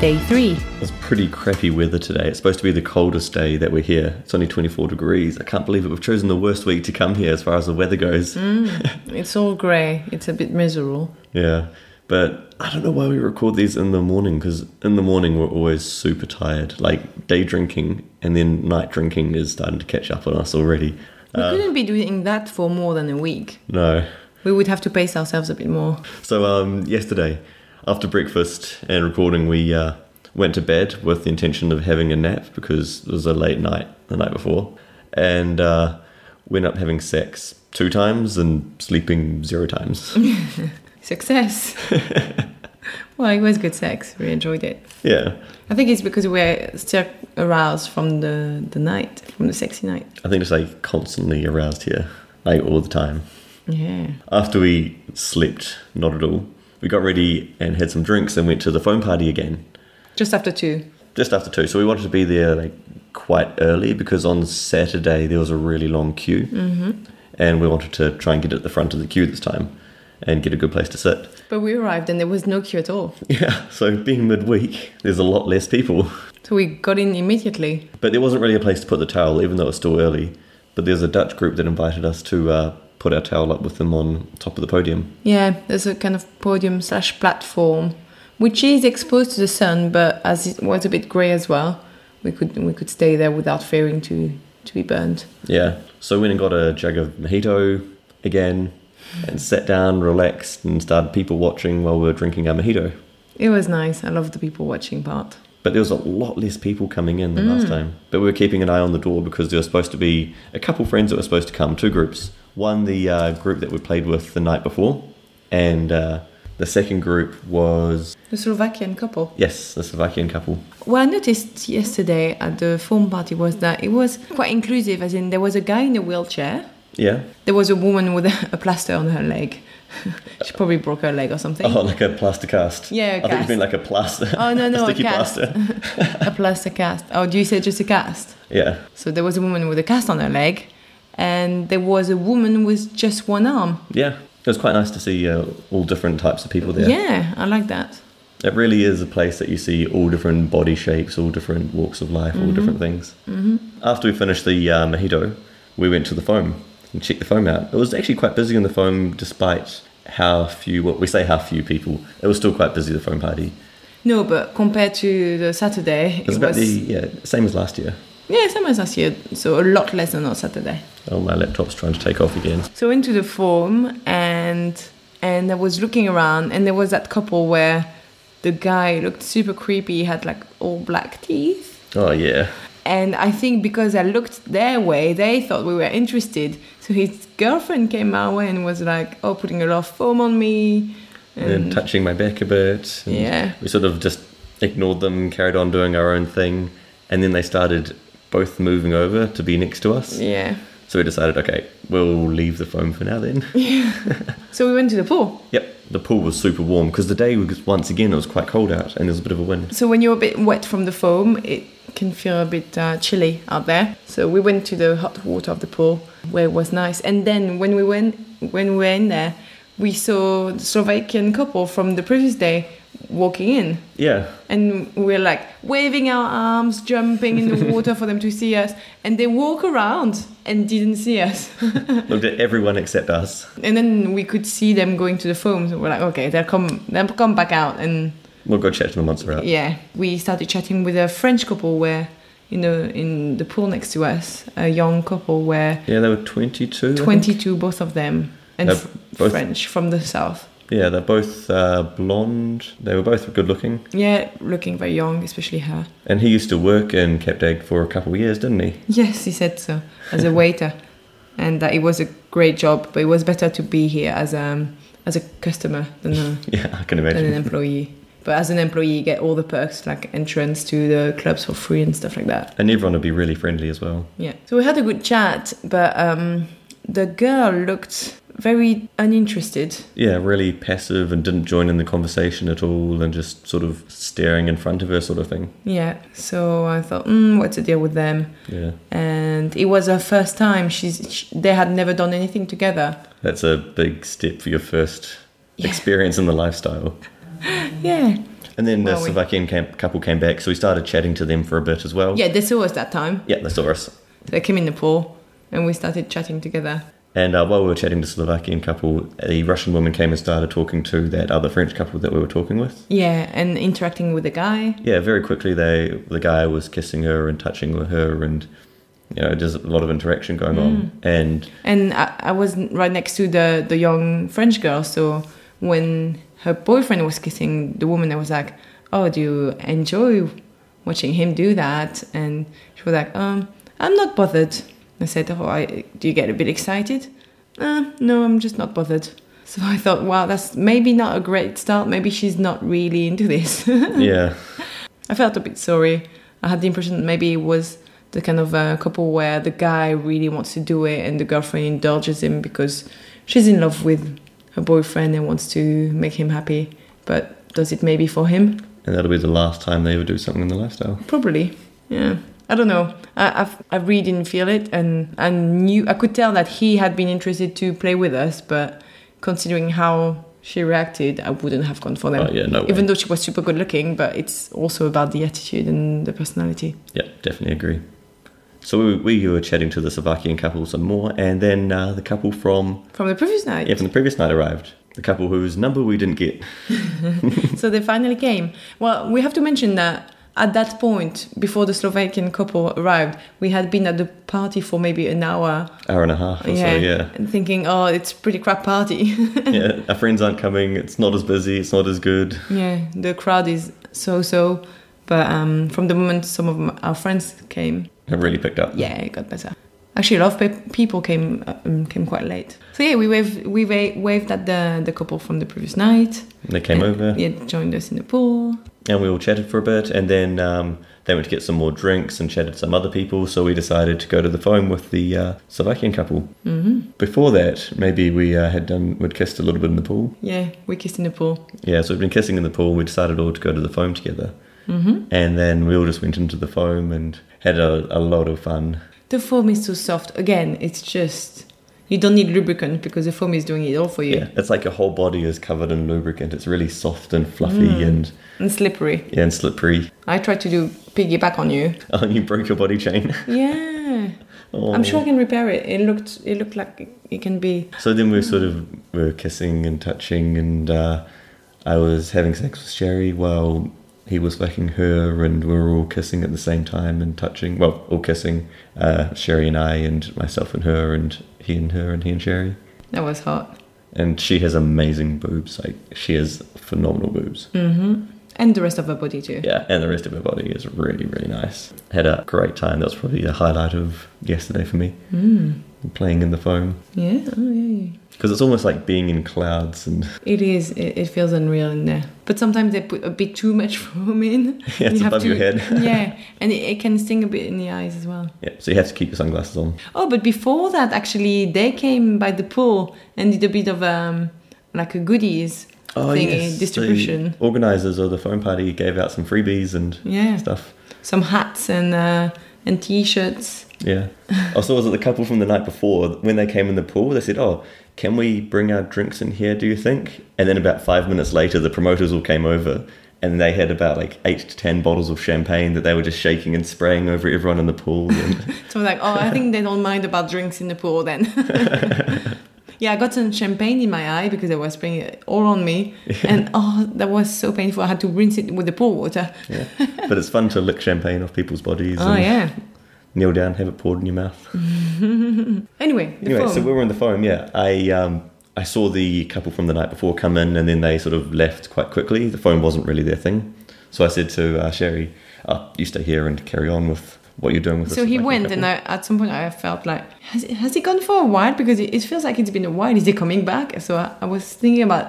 Speaker 2: Day three.
Speaker 1: It's pretty crappy weather today. It's supposed to be the coldest day that we're here. It's only 24 degrees. I can't believe it. We've chosen the worst week to come here as far as the weather goes.
Speaker 2: Mm. It's all grey. It's a bit miserable.
Speaker 1: Yeah. But I don't know why we record these in the morning because in the morning we're always super tired. Like day drinking and then night drinking is starting to catch up on us already.
Speaker 2: We couldn't be doing that for more than a week.
Speaker 1: No.
Speaker 2: We would have to pace ourselves a bit more.
Speaker 1: So um, yesterday, after breakfast and recording, we uh, went to bed with the intention of having a nap because it was a late night the night before, and uh, we ended up having sex two times and sleeping zero times.
Speaker 2: Success. well, it was good sex. We enjoyed it.
Speaker 1: yeah,
Speaker 2: I think it's because we're still aroused from the, the night, from the sexy night.
Speaker 1: I think it's like constantly aroused here, like all the time.
Speaker 2: Yeah.
Speaker 1: After we slept, not at all, we got ready and had some drinks and went to the phone party again.
Speaker 2: Just after two.
Speaker 1: just after two. So we wanted to be there like quite early because on Saturday there was a really long queue, mm-hmm. and we wanted to try and get at the front of the queue this time and get a good place to sit.
Speaker 2: But we arrived and there was no queue at all.
Speaker 1: Yeah. So being midweek, there's a lot less people,
Speaker 2: So we got in immediately.
Speaker 1: but there wasn't really a place to put the towel, even though it was still early. But there's a Dutch group that invited us to uh, put our towel up with them on top of the podium.
Speaker 2: Yeah, there's a kind of podium slash platform, which is exposed to the sun, but as it was a bit grey as well, we could we could stay there without fearing to to be burned.
Speaker 1: Yeah. So went and got a jug of mojito again. And sat down, relaxed, and started people watching while we were drinking our mojito.
Speaker 2: It was nice. I love the people watching part.
Speaker 1: But there was a lot less people coming in than
Speaker 2: Mm.
Speaker 1: last time. But we were keeping an eye on the door because there were supposed to be a couple friends that were supposed to come, two groups. One, the uh, group that we played with the night before, and uh, the second group was,
Speaker 2: The Slovakian couple.
Speaker 1: yes, the Slovakian couple.
Speaker 2: What I noticed yesterday at the form party was that it was quite inclusive, as in there was a guy in a wheelchair.
Speaker 1: Yeah.
Speaker 2: There was a woman with a, a plaster on her leg. she probably broke her leg or something.
Speaker 1: Oh, like a plaster cast.
Speaker 2: Yeah, a
Speaker 1: I think
Speaker 2: cast.
Speaker 1: you mean like a plaster.
Speaker 2: Oh, no, no,
Speaker 1: a
Speaker 2: a
Speaker 1: sticky
Speaker 2: cast.
Speaker 1: plaster.
Speaker 2: a plaster cast. Oh, do you say just a cast?
Speaker 1: Yeah.
Speaker 2: So there was a woman with a cast on her leg, and there was a woman with just one arm.
Speaker 1: Yeah. It was quite nice to see uh, all different types of people there.
Speaker 2: Yeah, I like that.
Speaker 1: It really is a place that you see all different body shapes, all different walks of life, all different things. Mm-hmm. After we finished the uh, mojito, we went to the foam and checked the foam out. It was actually quite busy on the foam, despite how few. Well, we say how few people. It was still quite busy. The foam party.
Speaker 2: No, but compared to the Saturday,
Speaker 1: It was
Speaker 2: it
Speaker 1: about the
Speaker 2: was
Speaker 1: yeah same as last year.
Speaker 2: yeah, same as last year, so a lot less than on Saturday.
Speaker 1: Oh, my laptop's trying to take off again.
Speaker 2: So I went to the forum and and I was looking around, and there was that couple where the guy looked super creepy, he had like all black teeth.
Speaker 1: Oh yeah,
Speaker 2: And I think because I looked their way, they thought we were interested. So his girlfriend came our way and was like, "Oh, putting a lot of foam on me."
Speaker 1: and then touching my back a bit. and
Speaker 2: Yeah.
Speaker 1: we sort of just ignored them, carried on doing our own thing, and then they started both moving over to be next to us.
Speaker 2: Yeah.
Speaker 1: So we decided, okay, we'll leave the foam for now then.
Speaker 2: So we went to the pool.
Speaker 1: yep, the pool was super warm because the day was once again it was quite cold out and there was a bit of a wind.
Speaker 2: So when you're a bit wet from the foam, it can feel a bit uh, chilly out there. So we went to the hot water of the pool where it was nice. And then when we went when we were in there, we saw the Slovakian couple from the previous day walking in.
Speaker 1: Yeah,
Speaker 2: and we're like waving our arms, jumping in the water for them to see us, and they walk around and didn't see us.
Speaker 1: looked at everyone except us.
Speaker 2: and then we could see them going to the foam, so we're like, okay, they'll come, they'll come back out, and
Speaker 1: We'll go chat to them once they're out.
Speaker 2: yeah, we started chatting with a French couple where in the in the pool next to us, a young couple where
Speaker 1: Yeah, they were 22. I think.
Speaker 2: 22 both of them and
Speaker 1: Uh,
Speaker 2: f-
Speaker 1: both-
Speaker 2: French from the south.
Speaker 1: Yeah, they're both uh, blonde. They were both good looking.
Speaker 2: Yeah, looking very young, especially her.
Speaker 1: And he used to work in Cape Dag for a couple of years, didn't he?
Speaker 2: Yes, he said so as a waiter, and that it was a great job, but it was better to be here as um as a customer than a,
Speaker 1: Yeah, I can
Speaker 2: than an
Speaker 1: imagine.
Speaker 2: employee. But as an employee, you get all the perks like entrance to the clubs for free and stuff like that.
Speaker 1: And everyone would be really friendly as well.
Speaker 2: Yeah. So we had a good chat, but um, the girl looked very uninterested.
Speaker 1: Yeah, really passive and didn't join in the conversation at all and just sort of staring in front of her, sort of thing.
Speaker 2: Yeah, so I thought, mm, what's the deal with them?
Speaker 1: Yeah.
Speaker 2: And it was her first time. She's she, they had never done anything together.
Speaker 1: That's a big step for your first
Speaker 2: Yeah.
Speaker 1: experience in the lifestyle.
Speaker 2: Yeah,
Speaker 1: And then the
Speaker 2: Well, we-
Speaker 1: Slovakian cam- couple came back, so we started chatting to them for a bit as well.
Speaker 2: yeah, they saw us that time.
Speaker 1: Yeah, they saw us.
Speaker 2: They came in the pool, and we started chatting together.
Speaker 1: And uh, while we were chatting to the Slovakian couple, a Russian woman came and started talking to that other French couple that we were talking with.
Speaker 2: Yeah, and interacting with the guy.
Speaker 1: Yeah, very quickly, they the guy was kissing her and touching her, and you know, there's a lot of interaction going
Speaker 2: Mm.
Speaker 1: on. And
Speaker 2: And I, I was right next to the, the young French girl, so when her boyfriend was kissing the woman, I was like, Oh, do you enjoy watching him do that? And she was like, um, I'm not bothered. I said, Oh, I, do you get a bit excited? Uh, no, I'm just not bothered. So I thought, wow, that's maybe not a great start. Maybe she's not really into this.
Speaker 1: yeah,
Speaker 2: I felt a bit sorry. I had the impression that maybe it was the kind of uh, couple where the guy really wants to do it and the girlfriend indulges him because she's in love with her boyfriend and wants to make him happy, but does it maybe for him?
Speaker 1: and that'll be the last time they ever do something in the lifestyle.
Speaker 2: Probably. Yeah. I don't know. I, I've, I really didn't feel it, and I knew I could tell that he had been interested to play with us, but considering how she reacted, I wouldn't have gone for them.
Speaker 1: Oh, yeah, no way.
Speaker 2: Even though she was super good looking, but it's also about the attitude and the personality.
Speaker 1: Yeah, definitely agree. So we, we were chatting to the Slovakian couple some more, and then uh, the couple from
Speaker 2: From the previous night.
Speaker 1: yeah from the previous night arrived. The couple whose number we didn't get.
Speaker 2: So they finally came. Well, we have to mention that at that point, before the Slovakian couple arrived, we had been at the party for maybe an hour.
Speaker 1: Hour and a half or Oh, so. Yeah,
Speaker 2: And thinking, oh, it's pretty crap party.
Speaker 1: yeah. Our friends aren't coming. It's not as busy. It's not as good.
Speaker 2: yeah, the crowd is so so. But um, from the moment some of m- our friends came,
Speaker 1: It really picked up.
Speaker 2: yeah, it got better. Actually, a lot of pe- people came uh, um, came quite late. So yeah, we waved we wa- waved at the the couple from the previous night.
Speaker 1: They came over,
Speaker 2: Yeah, joined us in the pool.
Speaker 1: and we all chatted for a bit, and then um, they went to get some more drinks and chatted to some other people. So we decided to go to the phone with the uh, Slovakian couple. Mm-hmm. Before that, maybe we uh, had done we'd kissed a little bit in the pool.
Speaker 2: Yeah, we kissed in the pool.
Speaker 1: Yeah, so we've been kissing in the pool. We decided all to go to the foam together. Mm-hmm. And then we all just went into the foam and had a, a lot of fun.
Speaker 2: The foam is too soft. Again, it's just you don't need lubricant because the foam is doing it all for you
Speaker 1: Yeah, it's like your whole body is covered in lubricant. It's really soft and fluffy and
Speaker 2: and slippery.
Speaker 1: yeah, and slippery.
Speaker 2: I tried to do piggyback on you.
Speaker 1: Oh, you broke your body chain.
Speaker 2: Yeah,
Speaker 1: Oh.
Speaker 2: I'm sure I can repair it. It looked it looked like it- it can be.
Speaker 1: So then we were sort of we were kissing and touching, and uh, I was having sex with Sherry while he was fucking her, and we were all kissing at the same time and touching. Well, all kissing, uh, Sherry and I, and myself and her, and he and her, and he and Sherry.
Speaker 2: That was hot.
Speaker 1: And she has amazing boobs. Like she has phenomenal boobs.
Speaker 2: Mm. Mm-hmm. And the rest of her body too.
Speaker 1: Yeah, and the rest of her body is really, really nice. Had a great time. That was probably the highlight of yesterday for me. Mm. Playing in the foam
Speaker 2: Yeah, oh, yeah.
Speaker 1: because it's almost like being in clouds and.
Speaker 2: It is. It, it feels unreal in there. But sometimes they put a bit too much foam in.
Speaker 1: Yeah, it's
Speaker 2: You have
Speaker 1: above your head.
Speaker 2: yeah, and it, it can sting a bit in the eyes as well.
Speaker 1: Yeah, so you have to keep your sunglasses on.
Speaker 2: Oh, but before that, actually, they came by the pool and did a bit of um, like a goodies
Speaker 1: Oh,
Speaker 2: thingy distribution. Mm.
Speaker 1: The organizers of the phone party gave out some freebies and
Speaker 2: Yeah,
Speaker 1: stuff.
Speaker 2: some hats and uh, and t-shirts.
Speaker 1: Yeah. also, was it the couple from the night before when they came in the pool? They said, "Oh, can we bring our drinks in here? Do you think?" And then about five minutes later, the promoters all came over. And they had about like eight to ten bottles of champagne that they were just shaking and spraying over everyone in the pool. And
Speaker 2: So I'm like, oh, I think they don't mind about drinks in the pool then. yeah, I got some champagne in my eye because they were spraying it all on me, and oh, that was so painful. I had to rinse it with the pool water.
Speaker 1: yeah. But it's fun to lick champagne off people's bodies
Speaker 2: Oh
Speaker 1: and
Speaker 2: yeah.
Speaker 1: kneel down, have it poured in your mouth.
Speaker 2: Anyway, the
Speaker 1: Anyway,
Speaker 2: foam.
Speaker 1: so we were in the foam. Yeah, I um, I saw the couple from the night before come in, and then they sort of left quite quickly. The foam wasn't really their thing, so I said to uh, Sherry, oh, "You stay here and carry on with what you're doing with."
Speaker 2: So he went, and I, at some point I felt like, has, has he gone for a while? Because it, it feels like it's been a while. Is he coming back? So I, I was thinking about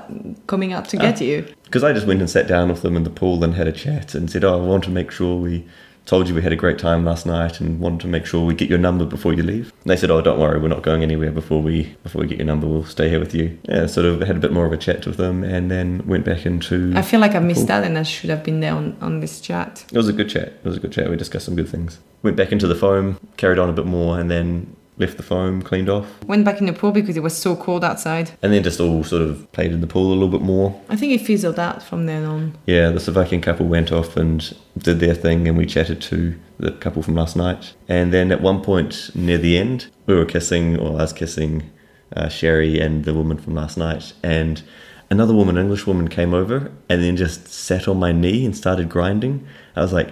Speaker 2: coming out
Speaker 1: Ah.
Speaker 2: to get you.
Speaker 1: because I just went and sat down with them in the pool and had a chat and said, "Oh, I want to make sure we told you we had a great time last night and wanted to make sure we get your number before you leave. And they said, oh, don't worry, we're not going anywhere before we before we get your number. We'll stay here with you. Yeah, sort of had a bit more of a chat with them and then went back into.
Speaker 2: I feel like I missed
Speaker 1: Mm. Cool.
Speaker 2: that and I should have been there on, on this chat.
Speaker 1: It was a good chat. It was a good chat. We discussed some good things. Went back into the foam, carried on a bit more, and then left the foam, cleaned off,
Speaker 2: Went back in the pool because it was so cold outside.
Speaker 1: and then just all sort of played in the pool a little bit more.
Speaker 2: I think it fizzled out from then on.
Speaker 1: Yeah, the Slovakian couple went off and did their thing, and we chatted to the couple from last night. And then at one point near the end, we were kissing, or I was kissing uh, Sherry and the woman from last night, and another woman, English woman, came over and then just sat on my knee and started grinding. I was like,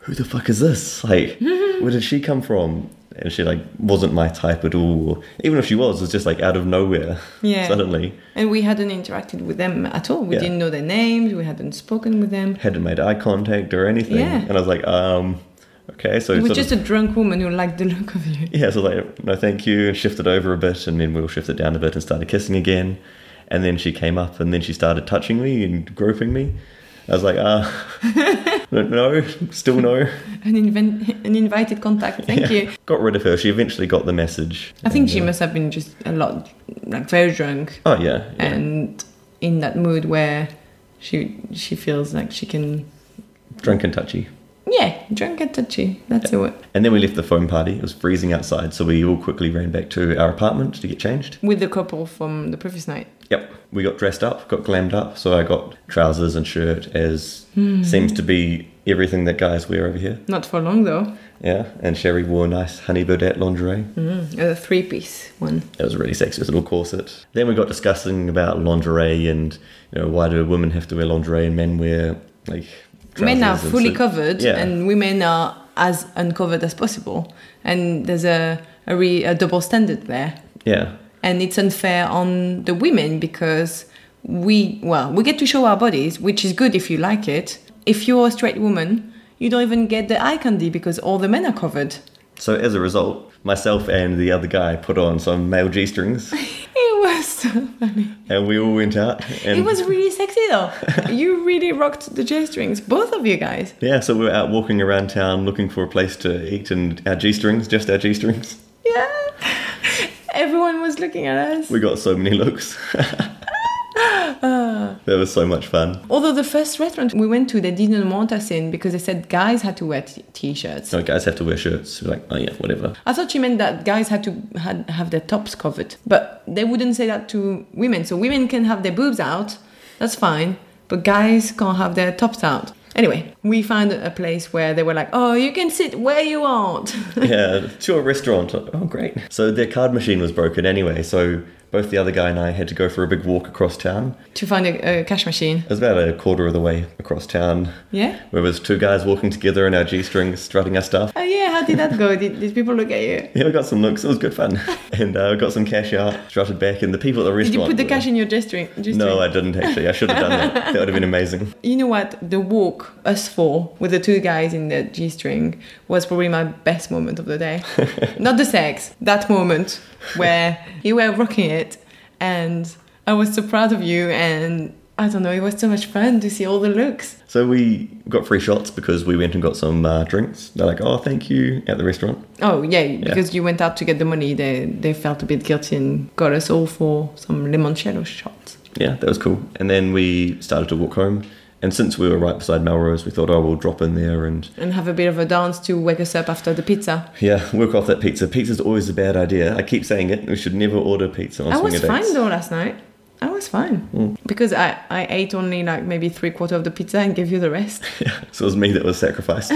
Speaker 1: "Who the fuck is this? Like, where did she come from?" And she like wasn't my type at all. Even if she was, it was just like out of nowhere
Speaker 2: Yeah.
Speaker 1: suddenly.
Speaker 2: And we hadn't interacted with them at all. We
Speaker 1: Yeah.
Speaker 2: didn't know their names, we hadn't spoken with them.
Speaker 1: hadn't made eye contact or anything.
Speaker 2: Yeah.
Speaker 1: And I was like, um, okay, so
Speaker 2: It was
Speaker 1: sort
Speaker 2: just
Speaker 1: of,
Speaker 2: a drunk woman who liked the look of you.
Speaker 1: yeah, so like, no, thank you, and shifted over a bit, and then we all shifted down a bit and started kissing again. And then she came up, and then she started touching me and groping me. I was like, ah, no, no, still no.
Speaker 2: An, inven- an invited contact, thank
Speaker 1: Yeah.
Speaker 2: you.
Speaker 1: Got rid of her. She eventually got the message.
Speaker 2: I think
Speaker 1: And,
Speaker 2: she
Speaker 1: uh,
Speaker 2: must have been just a lot, like very drunk
Speaker 1: Oh yeah, yeah.
Speaker 2: and in that mood where she she feels like she can,
Speaker 1: drunk and touchy.
Speaker 2: yeah, drunk and touchy. That's the word.
Speaker 1: And then we left the foam party. It was freezing outside, so we all quickly ran back to our apartment to get changed.
Speaker 2: With the couple from the previous night.
Speaker 1: Yep, we got dressed up, got glammed up. So I got trousers and shirt, as
Speaker 2: Hmm.
Speaker 1: seems to be everything that guys wear over here.
Speaker 2: Not for long though.
Speaker 1: Yeah, and Sherry wore nice honey burdette lingerie.
Speaker 2: Mm, A three piece one.
Speaker 1: It was really sexy, it was a little corset. Then we got discussing about lingerie and you know why do women have to wear lingerie and men wear like
Speaker 2: men are
Speaker 1: trousers and
Speaker 2: fully
Speaker 1: suit-
Speaker 2: covered
Speaker 1: Yeah.
Speaker 2: and women are as uncovered as possible and there's a a, re, a double standard there
Speaker 1: Yeah,
Speaker 2: and it's unfair on the women because we well we get to show our bodies which is good if you like it if you're a straight woman you don't even get the eye candy because all the men are covered
Speaker 1: so as a result, myself and the other guy put on some male g strings,
Speaker 2: it was so funny
Speaker 1: and we all went out. And
Speaker 2: it was really sexy though you really rocked the j-strings both of you guys
Speaker 1: yeah, so we were out walking around town looking for a place to eat, and our g strings, just our g strings.
Speaker 2: yeah everyone was looking at us
Speaker 1: We got so many looks. that was so much fun.
Speaker 2: Although the first restaurant we went to, they didn't want us in because they said guys had to wear t- t-shirts.
Speaker 1: So guys have to wear shirts. We're like, oh yeah, whatever.
Speaker 2: I thought she meant that guys had to had, have their tops covered, but they wouldn't say that to women. So women can have their boobs out, that's fine, but guys can't have their tops out. Anyway, we found a place where they were like, "Oh, you can sit where you want."
Speaker 1: Yeah, to a restaurant. Oh great. So their card machine was broken anyway. So both the other guy and I had to go for a big walk across town.
Speaker 2: to find a, a cash machine.
Speaker 1: It was about a quarter of the way across town.
Speaker 2: Yeah.
Speaker 1: Where there's two guys walking together in our g strings, strutting our stuff.
Speaker 2: Oh yeah, how did that go? Did, did people look at you?
Speaker 1: Yeah, we got some looks. It was good fun. And uh, we got some cash out, strutted back, and the people at the
Speaker 2: Did you
Speaker 1: restaurant.
Speaker 2: put the
Speaker 1: were-
Speaker 2: cash in your G-string? G-string?
Speaker 1: No, I didn't actually. I should have done that. That would have been amazing.
Speaker 2: You know what? The walk, us four, with the two guys in the G string, was probably my best moment of the day. Not the sex, that moment where you were rocking it, and I was so proud of you, and I don't know, it was so much fun to see all the looks.
Speaker 1: So we got free shots because we went and got some uh, drinks. They're like, "Oh, thank you" at the restaurant.
Speaker 2: Oh, yeah, because you went out to get the money, they, they felt a bit guilty and got us all for some limoncello shots.
Speaker 1: Yeah, that was cool. And then we started to walk home. And since we were right beside Melrose, we thought, "Oh, we'll drop in there and
Speaker 2: And have a bit of a dance to wake us up after the pizza.
Speaker 1: yeah, work off that pizza." Pizza's always a bad idea. I keep saying it. We should never order pizza on
Speaker 2: I was
Speaker 1: swinger dates.
Speaker 2: fine though last night. I was fine
Speaker 1: Mm.
Speaker 2: because I, I ate only like maybe three quarter of the pizza and gave you the rest.
Speaker 1: So it was me that was sacrificed.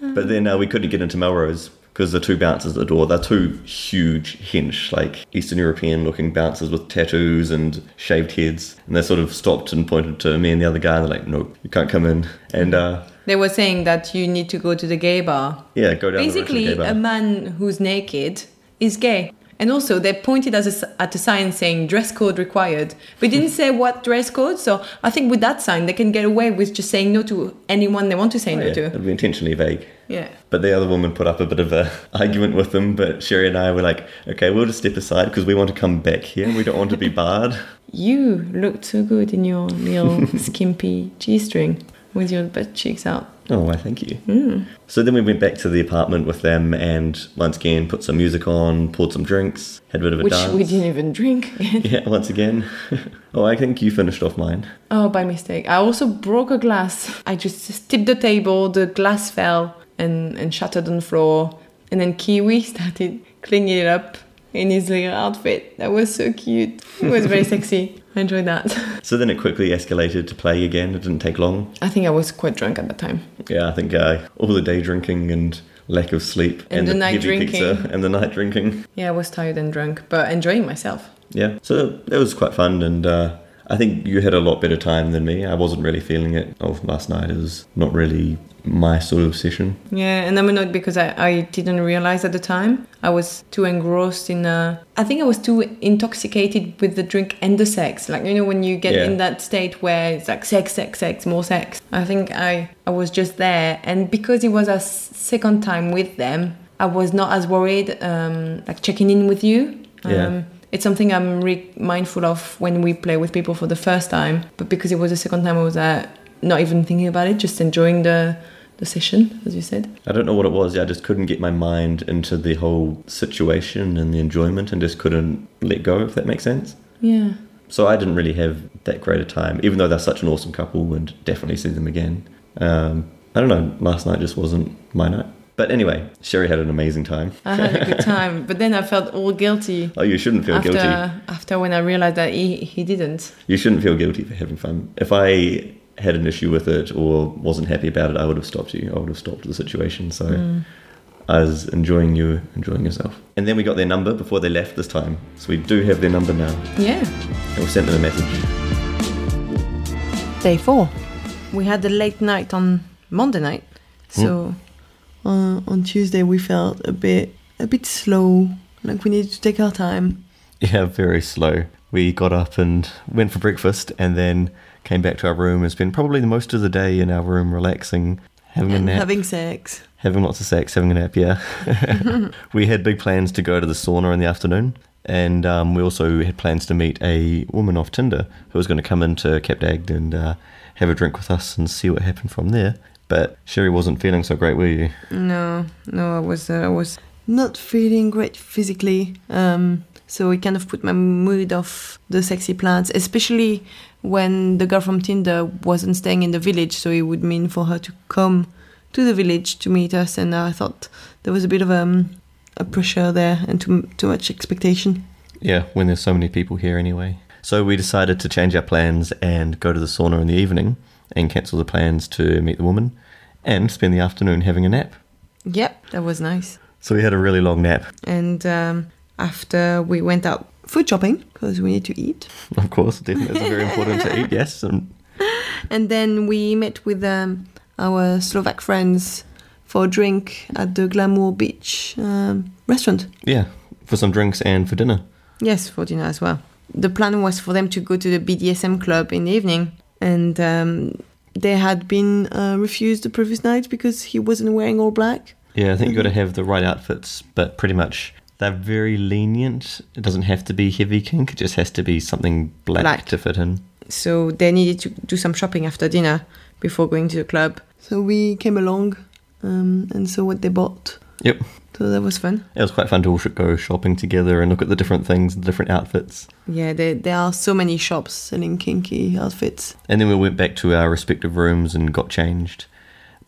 Speaker 1: but then uh, we couldn't get into Melrose because the two bouncers at the door, they're two huge hench, like Eastern European looking bouncers with tattoos and shaved heads. And they sort of stopped and pointed to me and the other guy and they're like, nope, you can't come in. And uh,
Speaker 2: They were saying that you need to go to the gay bar.
Speaker 1: yeah, go down
Speaker 2: Basically,
Speaker 1: the road to the gay bar.
Speaker 2: a man who's naked is gay. And also, they pointed as a s at a sign saying dress code required, but didn't say what dress code. So I think with that sign, they can get away with just saying no to anyone they want to say no
Speaker 1: yeah,
Speaker 2: to.
Speaker 1: it'd be intentionally vague.
Speaker 2: Yeah.
Speaker 1: But the other woman put up a bit of a argument with them, but Sherry and I were like, okay, we'll just step aside because we want to come back here. We don't want to be barred.
Speaker 2: You looked so good in your little skimpy G string with your butt cheeks out.
Speaker 1: Oh, why, thank you.
Speaker 3: Hmm.
Speaker 1: So then we went back to the apartment with them and once again put some music on, poured some drinks, had a bit of a
Speaker 3: which
Speaker 1: dance.
Speaker 3: we didn't even drink.
Speaker 1: Yeah, once again. oh, I think you finished off mine.
Speaker 3: oh, by mistake. I also broke a glass. I just tipped the table, the glass fell and, and shattered on the floor. And then Kiwi started cleaning it up in his little outfit. That was so cute. It was very sexy. I enjoyed that.
Speaker 1: So then it quickly escalated to play again. It didn't take long.
Speaker 3: I think I was quite drunk at that time.
Speaker 1: Yeah, I think uh, all the day drinking and lack of sleep
Speaker 3: And the night
Speaker 1: heavy pizza
Speaker 3: drinking.
Speaker 1: and the night drinking.
Speaker 3: Yeah, I was tired and drunk, but enjoying myself.
Speaker 1: Yeah, so it was quite fun and. Uh, I think you had a lot better time than me. I wasn't really feeling it. Oh, last night it was not really my sort of session.
Speaker 3: Yeah, and I'm annoyed because I, I didn't realize at the time. I was too engrossed in uh I think I was too intoxicated with the drink and the sex. Like you know when you get
Speaker 1: Yeah.
Speaker 3: in that state where it's like sex, sex, sex, more sex. I think I I was just there, and because it was a s- second time with them, I was not as worried. Um, like checking in with you. Um,
Speaker 1: Yeah.
Speaker 3: It's something I'm re- mindful of when we play with people for the first time, but because it was the second time, I was uh, not even thinking about it, just enjoying the the session, as you said.
Speaker 1: I don't know what it was. I just couldn't get my mind into the whole situation and the enjoyment and just couldn't let go, if that makes sense.
Speaker 3: Yeah.
Speaker 1: So I didn't really have that great a time, even though they're such an awesome couple and definitely see them again. Um, I don't know. Last night just wasn't my night. But anyway, Sherry had an amazing time.
Speaker 3: I had a good time, but then I felt all guilty
Speaker 1: Oh, you shouldn't feel
Speaker 3: after
Speaker 1: guilty.
Speaker 3: after when I realized that he, he didn't.
Speaker 1: You shouldn't feel guilty for having fun. If I had an issue with it or wasn't happy about it, I would have stopped you. I would have stopped the situation. So I was enjoying you, enjoying yourself. And then we got their number before they left this time. So we do have their number now.
Speaker 3: Yeah.
Speaker 1: And we sent them a message.
Speaker 3: Day four. We had a late night on Monday night.
Speaker 1: Hmm.
Speaker 3: So
Speaker 2: Uh, on Tuesday, we felt a bit a bit slow, like we needed to take our time.
Speaker 1: Yeah, very slow. We got up and went for breakfast and then came back to our room and spent probably the most of the day in our room relaxing, having a
Speaker 2: and
Speaker 1: nap.
Speaker 2: having sex.
Speaker 1: having lots of sex, having a nap, yeah. we had big plans to go to the sauna in the afternoon, and um, we also had plans to meet a woman off Tinder who was going to come into Capdagd and uh, have a drink with us and see what happened from there. But Sherry wasn't feeling so great, were you?
Speaker 3: no, no, I was uh, I was
Speaker 2: Not feeling great physically, um, so it kind of put my mood off the sexy plans, especially when the girl from Tinder wasn't staying in the village, so it would mean for her to come to the village to meet us, and I thought there was a bit of um, a pressure there and too too much expectation.
Speaker 1: Yeah, when there's so many people here anyway. So we decided to change our plans and go to the sauna in the evening and cancel the plans to meet the woman and spend the afternoon having a nap.
Speaker 2: Yep, that was nice.
Speaker 1: So we had a really long nap,
Speaker 2: And um, after we went out food shopping because we need to eat.
Speaker 1: of course. Definitely, it's very important to eat, yes, and
Speaker 2: And then we met with um, our Slovak friends for a drink at the Glamour Beach um, restaurant.
Speaker 1: Yeah, for some drinks and for dinner.
Speaker 2: Yes, for dinner as well. The plan was for them to go to the BDSM club in the evening, and um, they had been uh, refused the previous night because he wasn't wearing all black.
Speaker 1: Yeah, I think you got to have the right outfits, but pretty much they're very lenient. It doesn't have to be heavy kink, it just has to be something black,
Speaker 2: Black.
Speaker 1: to fit in.
Speaker 2: So they needed to do some shopping after dinner before going to the club. So we came along um, and saw what they bought.
Speaker 1: Yep.
Speaker 2: So that was fun.
Speaker 1: It was quite fun to all go shopping together and look at the different things, the different outfits.
Speaker 2: Yeah, there, there are so many shops selling kinky outfits.
Speaker 1: And then we went back to our respective rooms and got changed.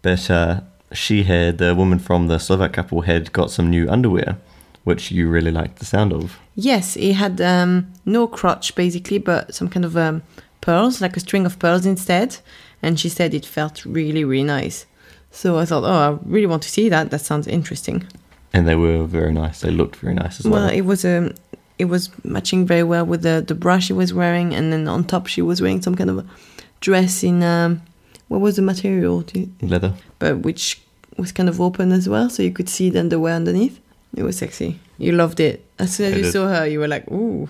Speaker 1: But uh, she had, the woman from the Slovak couple had got some new underwear, which you really liked the sound of.
Speaker 2: Yes, he had um, no crotch basically, but some kind of um, pearls, like a string of pearls instead. And she said it felt really, really nice. So I thought, oh, I really want to see that. That sounds interesting.
Speaker 1: And they were very nice. They looked very nice as well.
Speaker 2: Well, it was um, it was matching very well with the the bra she was wearing, and then on top she was wearing some kind of a dress in um, what was the material? Do you-
Speaker 1: Leather.
Speaker 2: but which was kind of open as well, so you could see the underwear underneath. It was sexy. You loved it. As soon as
Speaker 1: I
Speaker 2: you
Speaker 1: did. Oh.
Speaker 2: saw her, you were like, ooh.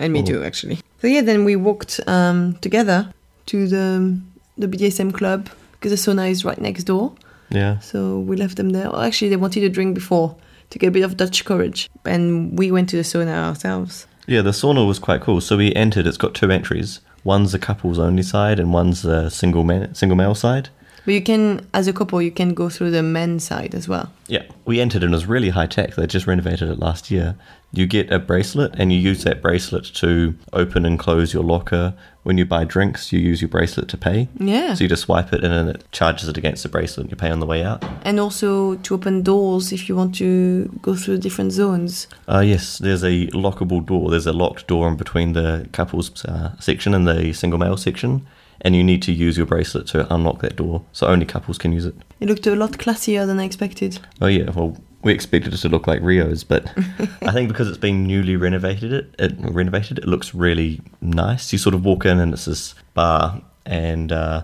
Speaker 2: And me
Speaker 1: Ooh.
Speaker 2: too, actually. So yeah, then we walked um, together to the the BDSM club because the sauna is right next door.
Speaker 1: Yeah.
Speaker 2: So we left them there. Oh, actually, they wanted a drink before to get a bit of Dutch courage, and we went to the sauna ourselves.
Speaker 1: Yeah, the sauna was quite cool. So we entered. It's got two entries. One's the couples only side, and one's the single man, single male side.
Speaker 2: But you can, as a couple, you can go through the men's side as well.
Speaker 1: Yeah, we entered and it was really high tech. They just renovated it last year. You get a bracelet and you use that bracelet to open and close your locker. When you buy drinks, you use your bracelet to pay.
Speaker 2: Yeah.
Speaker 1: So you just swipe it in and it charges it against the bracelet and you pay on the way out.
Speaker 2: And also to open doors if you want to go through different zones.
Speaker 1: Uh, yes, there's a lockable door. There's a locked door in between the couples uh, section and the single male section. And you need to use your bracelet to unlock that door. So only couples can use it.
Speaker 2: It looked a lot classier than I expected.
Speaker 1: Oh yeah, well we expected it to look like Rio's, but I think because it's been newly renovated, it, it renovated, it looks really nice. You sort of walk in and it's this bar, and uh,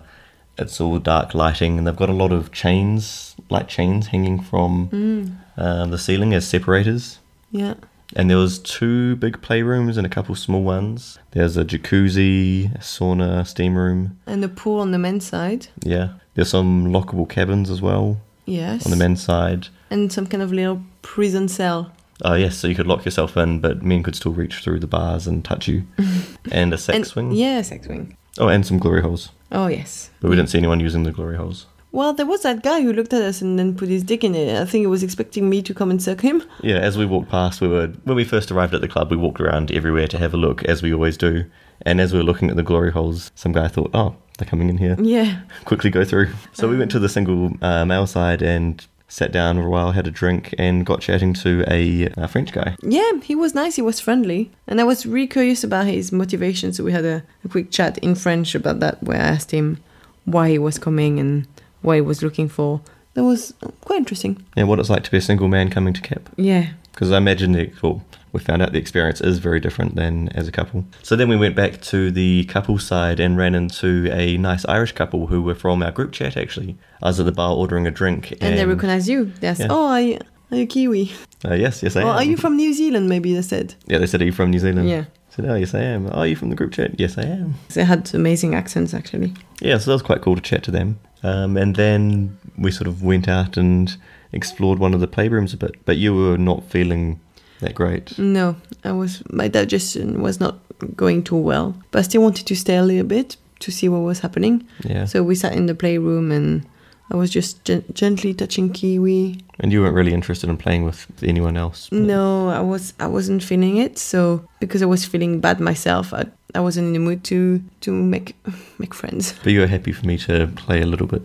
Speaker 1: it's all dark lighting, and they've got a lot of chains, light chains hanging from uh, the ceiling as separators.
Speaker 2: Yeah.
Speaker 1: And there was two big playrooms and a couple small ones. There's a jacuzzi, a sauna, steam room.
Speaker 2: And the pool on the men's side.
Speaker 1: Yeah, there's some lockable cabins as well
Speaker 2: Yes.
Speaker 1: on the men's side.
Speaker 2: And some kind of little prison cell.
Speaker 1: Oh yes, so you could lock yourself in, but men could still reach through the bars and touch you, and a sex
Speaker 2: and,
Speaker 1: swing.
Speaker 2: Yeah, sex wing.
Speaker 1: Oh, and some glory holes,
Speaker 2: Oh, yes.
Speaker 1: but we didn't see anyone using the glory holes.
Speaker 2: Well, there was that guy who looked at us and then put his dick in it. I think he was expecting me to come and suck him.
Speaker 1: Yeah, as we walked past, we were when we first arrived at the club, we walked around everywhere to have a look, as we always do. And as we were looking at the glory holes, some guy thought, "Oh, they're coming in here.
Speaker 2: Yeah.
Speaker 1: Quickly go through." So we went
Speaker 2: Mm.
Speaker 1: to the single uh, male side and sat down for a while, had a drink, and got chatting to a, uh French guy.
Speaker 2: Yeah, he was nice. He was friendly, and I was really curious about his motivation. So we had a, a quick chat in French about that, where I asked him why he was coming and what he was looking for. That was quite interesting.
Speaker 1: And what it's like to be a single man coming to Cap.
Speaker 2: Yeah,
Speaker 1: Because I imagine the well, we found out the experience is very different than as a couple. So then we went back to the couple side and ran into a nice Irish couple who were from our group chat. Actually, I was at the bar ordering a drink, and,
Speaker 2: and, they recognized you. They asked,
Speaker 1: Um, Yeah.
Speaker 2: "Oh, are you, are you Kiwi?
Speaker 1: Uh, yes, yes, I
Speaker 2: Or
Speaker 1: am.
Speaker 2: are you from New Zealand?" Maybe they said.
Speaker 1: Yeah, they said, "Are you from New Zealand?"
Speaker 2: Yeah.
Speaker 1: I said, "Oh, yes, I am." "Are you from the group chat?" "Yes, I am."
Speaker 2: They had amazing accents, actually.
Speaker 1: Yeah, so that was quite cool to chat to them. Um, and then we sort of went out and explored one of the playrooms a bit, but you were not feeling that great.
Speaker 2: No, I was my digestion was not going too well, but I still wanted to stay a little bit to see what was happening.
Speaker 1: Yeah,
Speaker 2: So we sat in the playroom and I was just gen- gently touching Kiwi.
Speaker 1: and you weren't really interested in playing with anyone else. but-
Speaker 2: No, I was I wasn't feeling it. So because I was feeling bad myself, I, I wasn't in the mood to to make make friends.
Speaker 1: But you were happy for me to play a little bit.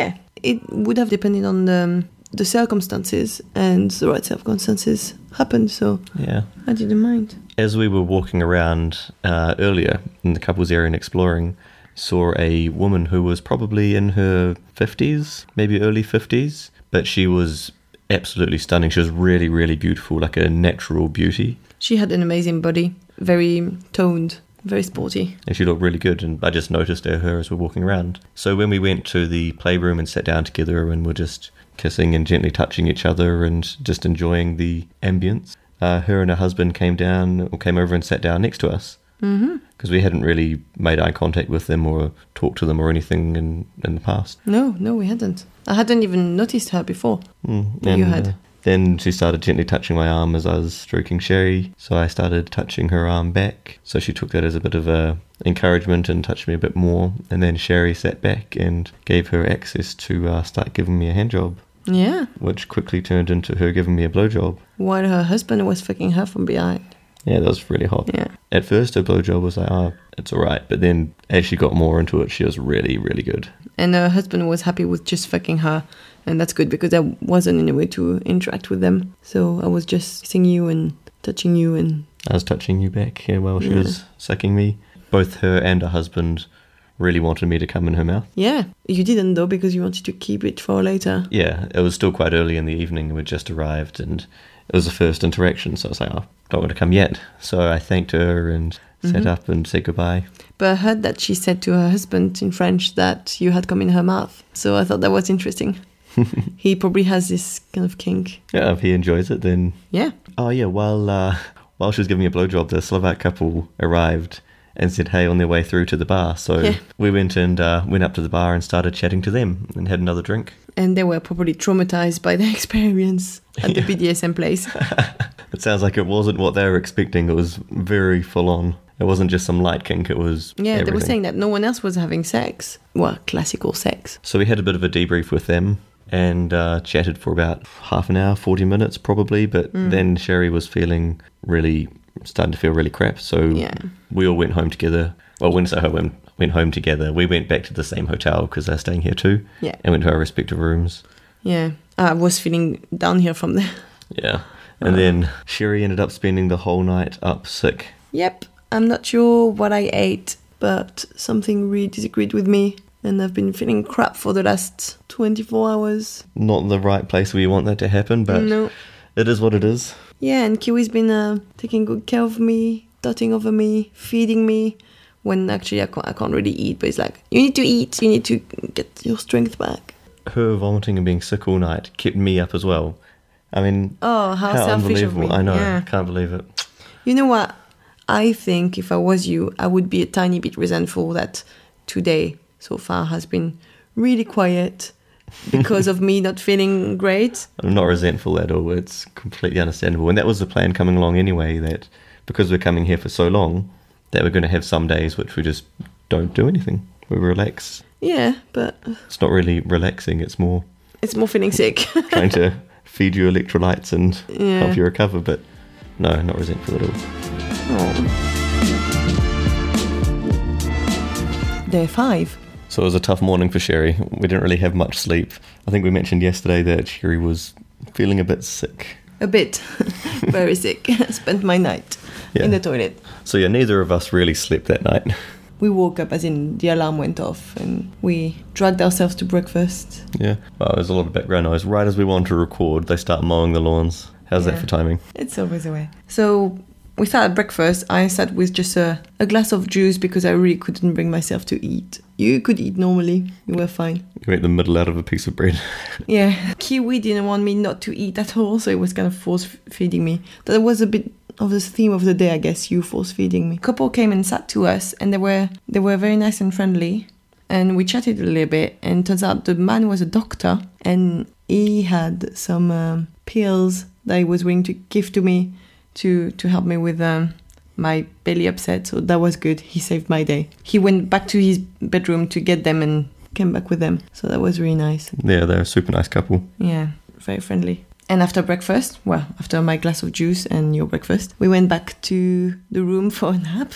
Speaker 2: Yeah, it would have depended on the the circumstances and the right circumstances happened. So
Speaker 1: Yeah.
Speaker 2: I didn't mind.
Speaker 1: As we were walking around uh, earlier in the couples area and exploring, saw a woman who was probably in her 50s, maybe early 50s, but she was absolutely stunning. She was really, really beautiful, like a natural beauty.
Speaker 2: She had an amazing body, very toned, very sporty.
Speaker 1: And she looked really good, and I just noticed her as we were walking around. So when we went to the playroom and sat down together, and were just kissing and gently touching each other and just enjoying the ambience, uh, her and her husband came down or came over and sat down next to us because mm we hadn't really made eye contact with them or talked to them or anything in in the past.
Speaker 2: No, no, we hadn't. I hadn't even noticed her before.
Speaker 1: Mm,
Speaker 2: You had.
Speaker 1: then she started gently touching my arm as I was stroking Sherry, so I started touching her arm back. So she took that as a bit of a encouragement and touched me a bit more. And then Sherry sat back and gave her access to uh, start giving me a hand job,
Speaker 2: Yeah,
Speaker 1: which quickly turned into her giving me a blowjob.
Speaker 2: while her husband was fucking her from behind.
Speaker 1: Yeah, that was really hot.
Speaker 2: Yeah.
Speaker 1: At first, her blowjob was like, oh, it's all right. But then as she got more into it, she was really, really good.
Speaker 2: and her husband was happy with just fucking her and that's good because i wasn't in a way to interact with them so i was just kissing you and touching you and
Speaker 1: I was touching you back here while she
Speaker 2: Yeah.
Speaker 1: was sucking me. Both her and her husband really wanted me to come in her mouth.
Speaker 2: yeah you didn't though because you wanted to keep it for later
Speaker 1: Yeah, it was still quite early in the evening. We'd just arrived and it was the first interaction. So I was like, oh, don't want to come yet. So I thanked her and
Speaker 2: Mm-hmm.
Speaker 1: sat up and said goodbye.
Speaker 2: but i heard that she said to her husband in french that you had come in her mouth so i thought that was interesting he probably has this kind of kink
Speaker 1: Yeah, if he enjoys it, then.
Speaker 2: yeah
Speaker 1: Oh, yeah, while, uh, while she was giving me a blowjob, the Slovak couple arrived and said hey on their way through to the bar. So
Speaker 2: Yeah.
Speaker 1: we went and uh, went up to the bar and started chatting to them and had another drink.
Speaker 2: and they were probably traumatized by their experience at the bdsm place
Speaker 1: It sounds like it wasn't what they were expecting. It was very full on. It wasn't just some light kink, it was.
Speaker 2: Yeah, they were
Speaker 1: everything.
Speaker 2: saying that no one else was having sex. Well, classical sex.
Speaker 1: So we had a bit of a debrief with them and uh, chatted for about half an hour, 40 minutes probably. But
Speaker 2: Hmm.
Speaker 1: then Sherry was feeling really, starting to feel really crap. So
Speaker 2: Yeah.
Speaker 1: we all went home together. Well, when so went, went home together, we went back to the same hotel because they're staying here too.
Speaker 2: Yeah.
Speaker 1: And went to our respective rooms.
Speaker 2: Yeah, I was feeling down here from there.
Speaker 1: Yeah. And then Sherry ended up spending the whole night up sick.
Speaker 2: Yep, I'm not sure what I ate, but something really disagreed with me, and I've been feeling crap for the last 24 hours.
Speaker 1: Not the right place where you want that to happen, but
Speaker 2: No.
Speaker 1: it is what it is.
Speaker 2: Yeah, and Kiwi's been uh, taking good care of me, dotting over me, feeding me, when actually I can't, I can't really eat, but it's like, you need to eat, you need to get your strength back.
Speaker 1: her vomiting and being sick all night kept me up as well. I mean,
Speaker 2: Oh, how selfish of
Speaker 1: unbelievable!
Speaker 2: me.
Speaker 1: I know,
Speaker 2: Yeah.
Speaker 1: can't believe it.
Speaker 2: You know what? I think if I was you, I would be a tiny bit resentful that today so far has been really quiet because of me not feeling great.
Speaker 1: I'm not resentful at all. It's completely understandable, and that was the plan coming along anyway. That because we're coming here for so long, that we're going to have some days which we just don't do anything. We relax.
Speaker 2: Yeah, but
Speaker 1: It's not really relaxing. It's more
Speaker 2: it's more feeling sick.
Speaker 1: trying to feed you electrolytes and
Speaker 2: Yeah.
Speaker 1: help you recover. But no, not resentful at all.
Speaker 2: Day five.
Speaker 1: So it was a tough morning for Sherry. We didn't really have much sleep. I think we mentioned yesterday that Sherry was feeling a bit sick.
Speaker 2: A bit. Very sick. Spent my night
Speaker 1: Yeah.
Speaker 2: in the toilet.
Speaker 1: So yeah, neither of us really slept that night.
Speaker 2: We woke up as in the alarm went off and we dragged ourselves to breakfast.
Speaker 1: yeah. Well, there's a lot of background noise. Right as we want to record, they start mowing the lawns. How's
Speaker 2: Yeah.
Speaker 1: that for timing?
Speaker 2: It's always a way. So we started breakfast. I sat with just a, a glass of juice because I really couldn't bring myself to eat. You could eat normally. You were fine.
Speaker 1: You ate the middle out of a piece of bread.
Speaker 2: Yeah. Kiwi didn't want me not to eat at all, so it was kind of force feeding me. That was a bit of the theme of the day, I guess. You force feeding me. Couple came and sat to us, and they were they were very nice and friendly, and we chatted a little bit. And turns out the man was a doctor, and he had some um, pills that he was willing to give to me to to help me with um, my belly upset. So that was good. He saved my day. He went back to his bedroom to get them and came back with them. So that was really nice.
Speaker 1: yeah, they're a super nice couple.
Speaker 2: Yeah, very friendly. And after breakfast, well, after my glass of juice and your breakfast, we went back to the room for a nap.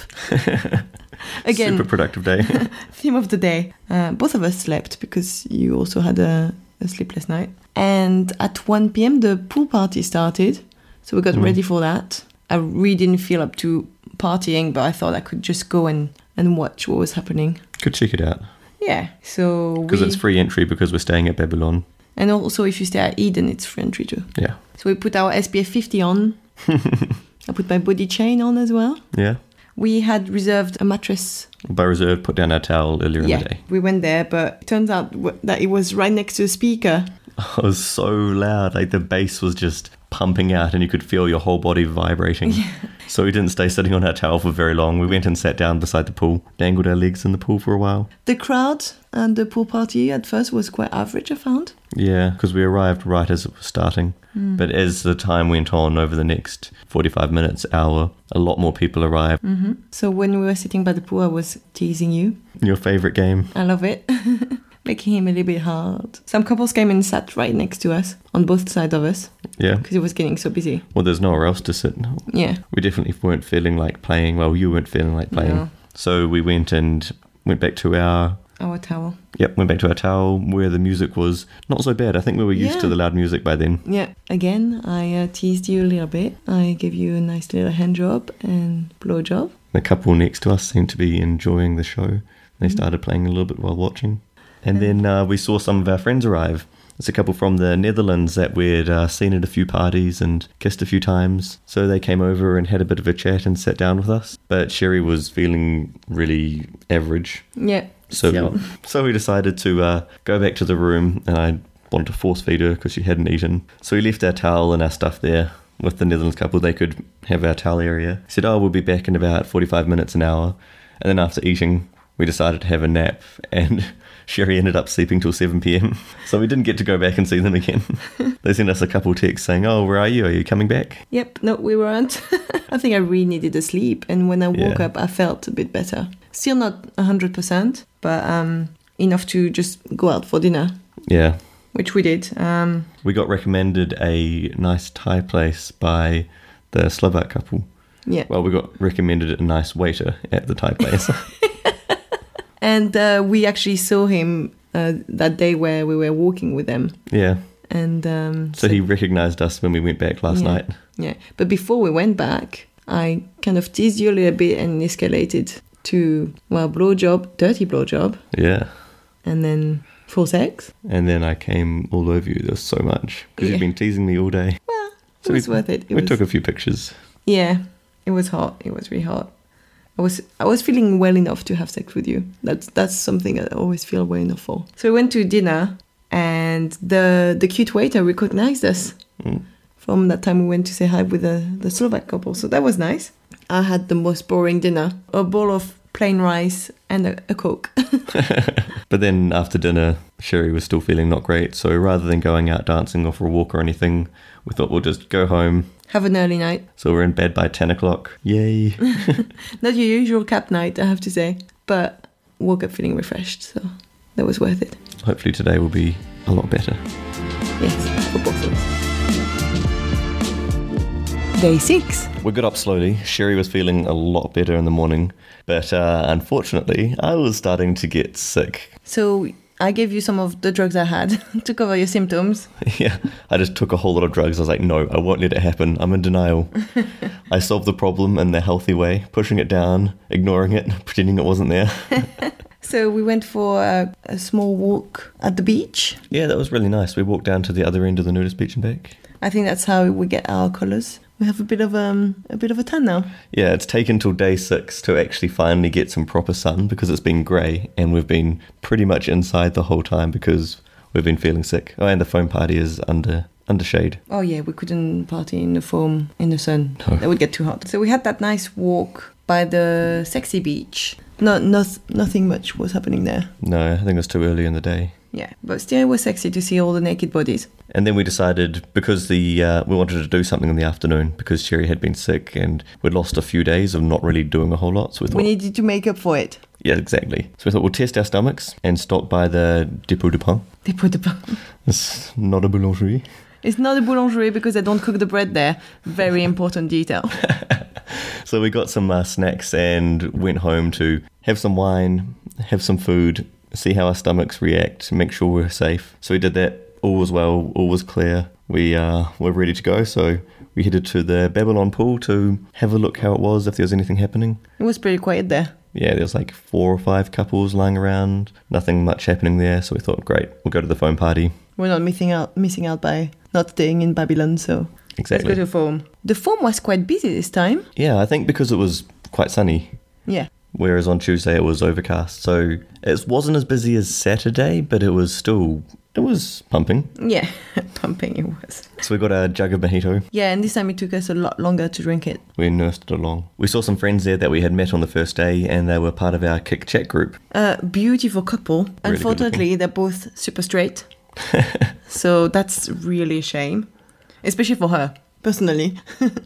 Speaker 2: Again,
Speaker 1: Super productive day.
Speaker 2: theme of the day. Uh, both of us slept because you also had a, a sleepless night. And at 1 p.m., the pool party started. So we got
Speaker 1: Mhm.
Speaker 2: ready for that. I really didn't feel up to partying, but I thought I could just go and, and watch what was happening.
Speaker 1: Could check it out.
Speaker 2: Yeah, so.
Speaker 1: Because
Speaker 2: we-
Speaker 1: it's free entry because we're staying at Babylon.
Speaker 2: And also, if you stay at Eden, it's free entry too.
Speaker 1: Yeah.
Speaker 2: So we put our SPF 50 on. I put my body chain on as well.
Speaker 1: Yeah.
Speaker 2: We had reserved a mattress.
Speaker 1: By reserve, put down our towel earlier in the day.
Speaker 2: we went there, but it turns out w- that it was right next to a speaker.
Speaker 1: It was so loud. Like the bass was just pumping out and you could feel your whole body vibrating. So we didn't stay sitting on our towel for very long. We went and sat down beside the pool, dangled our legs in the pool for a while.
Speaker 2: The crowd and the pool party at first was quite average, I found.
Speaker 1: Yeah, because we arrived right as it was starting. But as the time went on over the next 45 minutes, hour, a lot more people arrived.
Speaker 2: So when we were sitting by the pool, I was teasing you.
Speaker 1: Your favorite game?
Speaker 2: I love it. Making him a little bit hard. Some couples came and sat right next to us, on both sides of us,
Speaker 1: Yeah.
Speaker 2: because it was getting so busy.
Speaker 1: Well, there's nowhere else to sit.
Speaker 2: Yeah.
Speaker 1: We definitely weren't feeling like playing. Well, you weren't feeling like playing.
Speaker 2: No.
Speaker 1: So we went and went back to our
Speaker 2: Our towel.
Speaker 1: Yep, went back to our towel where the music was not so bad. I think we were used to
Speaker 2: Yeah.
Speaker 1: the loud music by then.
Speaker 2: Yeah. Again, I uh, teased you a little bit. I gave you a nice little hand job and blow job.
Speaker 1: The couple next to us seemed to be enjoying the show. They started playing a little bit while watching. And then uh, we saw some of our friends arrive. It's a couple from the Netherlands that we'd uh, seen at a few parties and kissed a few times. So they came over and had a bit of a chat and sat down with us. But Sherry was feeling really average.
Speaker 2: Yeah.
Speaker 1: So,
Speaker 2: Still.
Speaker 1: so we decided to uh, go back to the room, and I wanted to force feed her because she hadn't eaten. So we left our towel and our stuff there with the Netherlands couple. They could have our towel area. Said, "Oh, we'll be back in about forty-five minutes an hour," and then after eating, we decided to have a nap, and Sherry ended up sleeping till 7 pm. So we didn't get to go back and see them again. they sent us a couple texts saying, Oh, where are you? Are you coming back?
Speaker 2: Yep, no, we weren't. I think I really needed a sleep, and when I woke
Speaker 1: Yeah.
Speaker 2: up, I felt a bit better. Still not 100%, but um, enough to just go out for dinner,
Speaker 1: Yeah.
Speaker 2: which we did. Um,
Speaker 1: We got recommended a nice Thai place by the Slovak couple.
Speaker 2: yeah.
Speaker 1: Well, we got recommended a nice waiter at the Thai place.
Speaker 2: And uh, we actually saw him uh, that day where we were walking with them.
Speaker 1: yeah.
Speaker 2: And um,
Speaker 1: So he recognized us when we went back last
Speaker 2: Yeah.
Speaker 1: night.
Speaker 2: Yeah, but before we went back, I kind of teased you a little bit and escalated to well, blowjob, dirty blowjob,
Speaker 1: Yeah.
Speaker 2: and then full sex.
Speaker 1: And then I came all over you. There was so much. Because
Speaker 2: Yeah.
Speaker 1: you've been teasing me all day.
Speaker 2: Well, it
Speaker 1: So
Speaker 2: was worth it. it
Speaker 1: we
Speaker 2: was,
Speaker 1: took a few pictures.
Speaker 2: yeah, it was hot. It was really hot. I was I was feeling well enough to have sex with you. That's that's something I always feel well enough for. So we went to dinner, and the the cute waiter recognized us
Speaker 1: Mm.
Speaker 2: from that time we went to say hi with the, the Slovak couple. So that was nice. I had the most boring dinner: a bowl of plain rice and a, a coke.
Speaker 1: But then after dinner, Sherry was still feeling not great. So rather than going out dancing or for a walk or anything, we thought we'll just go home.
Speaker 2: Have an early night.
Speaker 1: So we're in bed by 10 o'clock. Yay.
Speaker 2: Not your usual cap night, I have to say, but woke up feeling refreshed, so that was worth it.
Speaker 1: Hopefully today will be a lot better.
Speaker 2: Yes, for both of us. Day six.
Speaker 1: We got up slowly. Sherry was feeling a lot better in the morning. But uh, unfortunately, I was starting to get sick.
Speaker 2: So I gave you some of the drugs I had to cover your symptoms.
Speaker 1: Yeah, I just took a whole lot of drugs. I was like, no, I won't let it happen. I'm in denial. I solved the problem in the healthy way, pushing it down, ignoring it, pretending it wasn't there.
Speaker 2: So we went for a, a small walk at the beach.
Speaker 1: Yeah, that was really nice. We walked down to the other end of the nudist beach and back.
Speaker 2: I think that's how we get our colours. We have a bit of um, a bit of a tan now.
Speaker 1: Yeah, it's taken till day six to actually finally get some proper sun because it's been grey and we've been pretty much inside the whole time because we've been feeling sick. Oh, and the foam party is under under shade.
Speaker 2: Oh yeah, we couldn't party in the foam in the sun. That would get too hot. So we had that nice walk by the sexy beach. No, no, nothing much was happening there.
Speaker 1: No, I think it was too early in the day.
Speaker 2: Yeah, but still it was sexy to see all the naked bodies.
Speaker 1: And then we decided because the uh, we wanted to do something in the afternoon because Sherry had been sick and we'd lost a few days of not really doing a whole lot. So we thought,
Speaker 2: We needed to make up for it.
Speaker 1: yeah, exactly. So we thought we'll test our stomachs and stop by the Depot du Pain.
Speaker 2: They put the
Speaker 1: It's not a boulangerie.
Speaker 2: It's not a boulangerie because they don't cook the bread there. Very important detail.
Speaker 1: So we got some uh, snacks and went home to have some wine, have some food, see how our stomachs react, make sure we're safe. So we did that. All was well. All was clear. We uh, were ready to go. So we headed to the Babylon pool to have a look how it was, if there was anything happening.
Speaker 2: It was pretty quiet there.
Speaker 1: Yeah, there was like four or five couples lying around. Nothing much happening there. So we thought, great, we'll go to the foam party.
Speaker 2: We're not missing out missing out by not staying in Babylon. So let's go
Speaker 1: Exactly.
Speaker 2: to foam. The foam was quite busy this time.
Speaker 1: Yeah, I think because it was quite sunny,
Speaker 2: Yeah.
Speaker 1: whereas on Tuesday it was overcast. So it wasn't as busy as Saturday, but it was still it was pumping.
Speaker 2: Yeah, pumping it was.
Speaker 1: So we got a jug of mojito.
Speaker 2: Yeah, and this time it took us a lot longer to drink it.
Speaker 1: We nursed it along. We saw some friends there that we had met on the first day, and they were part of our kick chat group.
Speaker 2: A beautiful couple.
Speaker 1: good
Speaker 2: Unfortunately, they're both super straight. so that's really a shame, especially for her personally.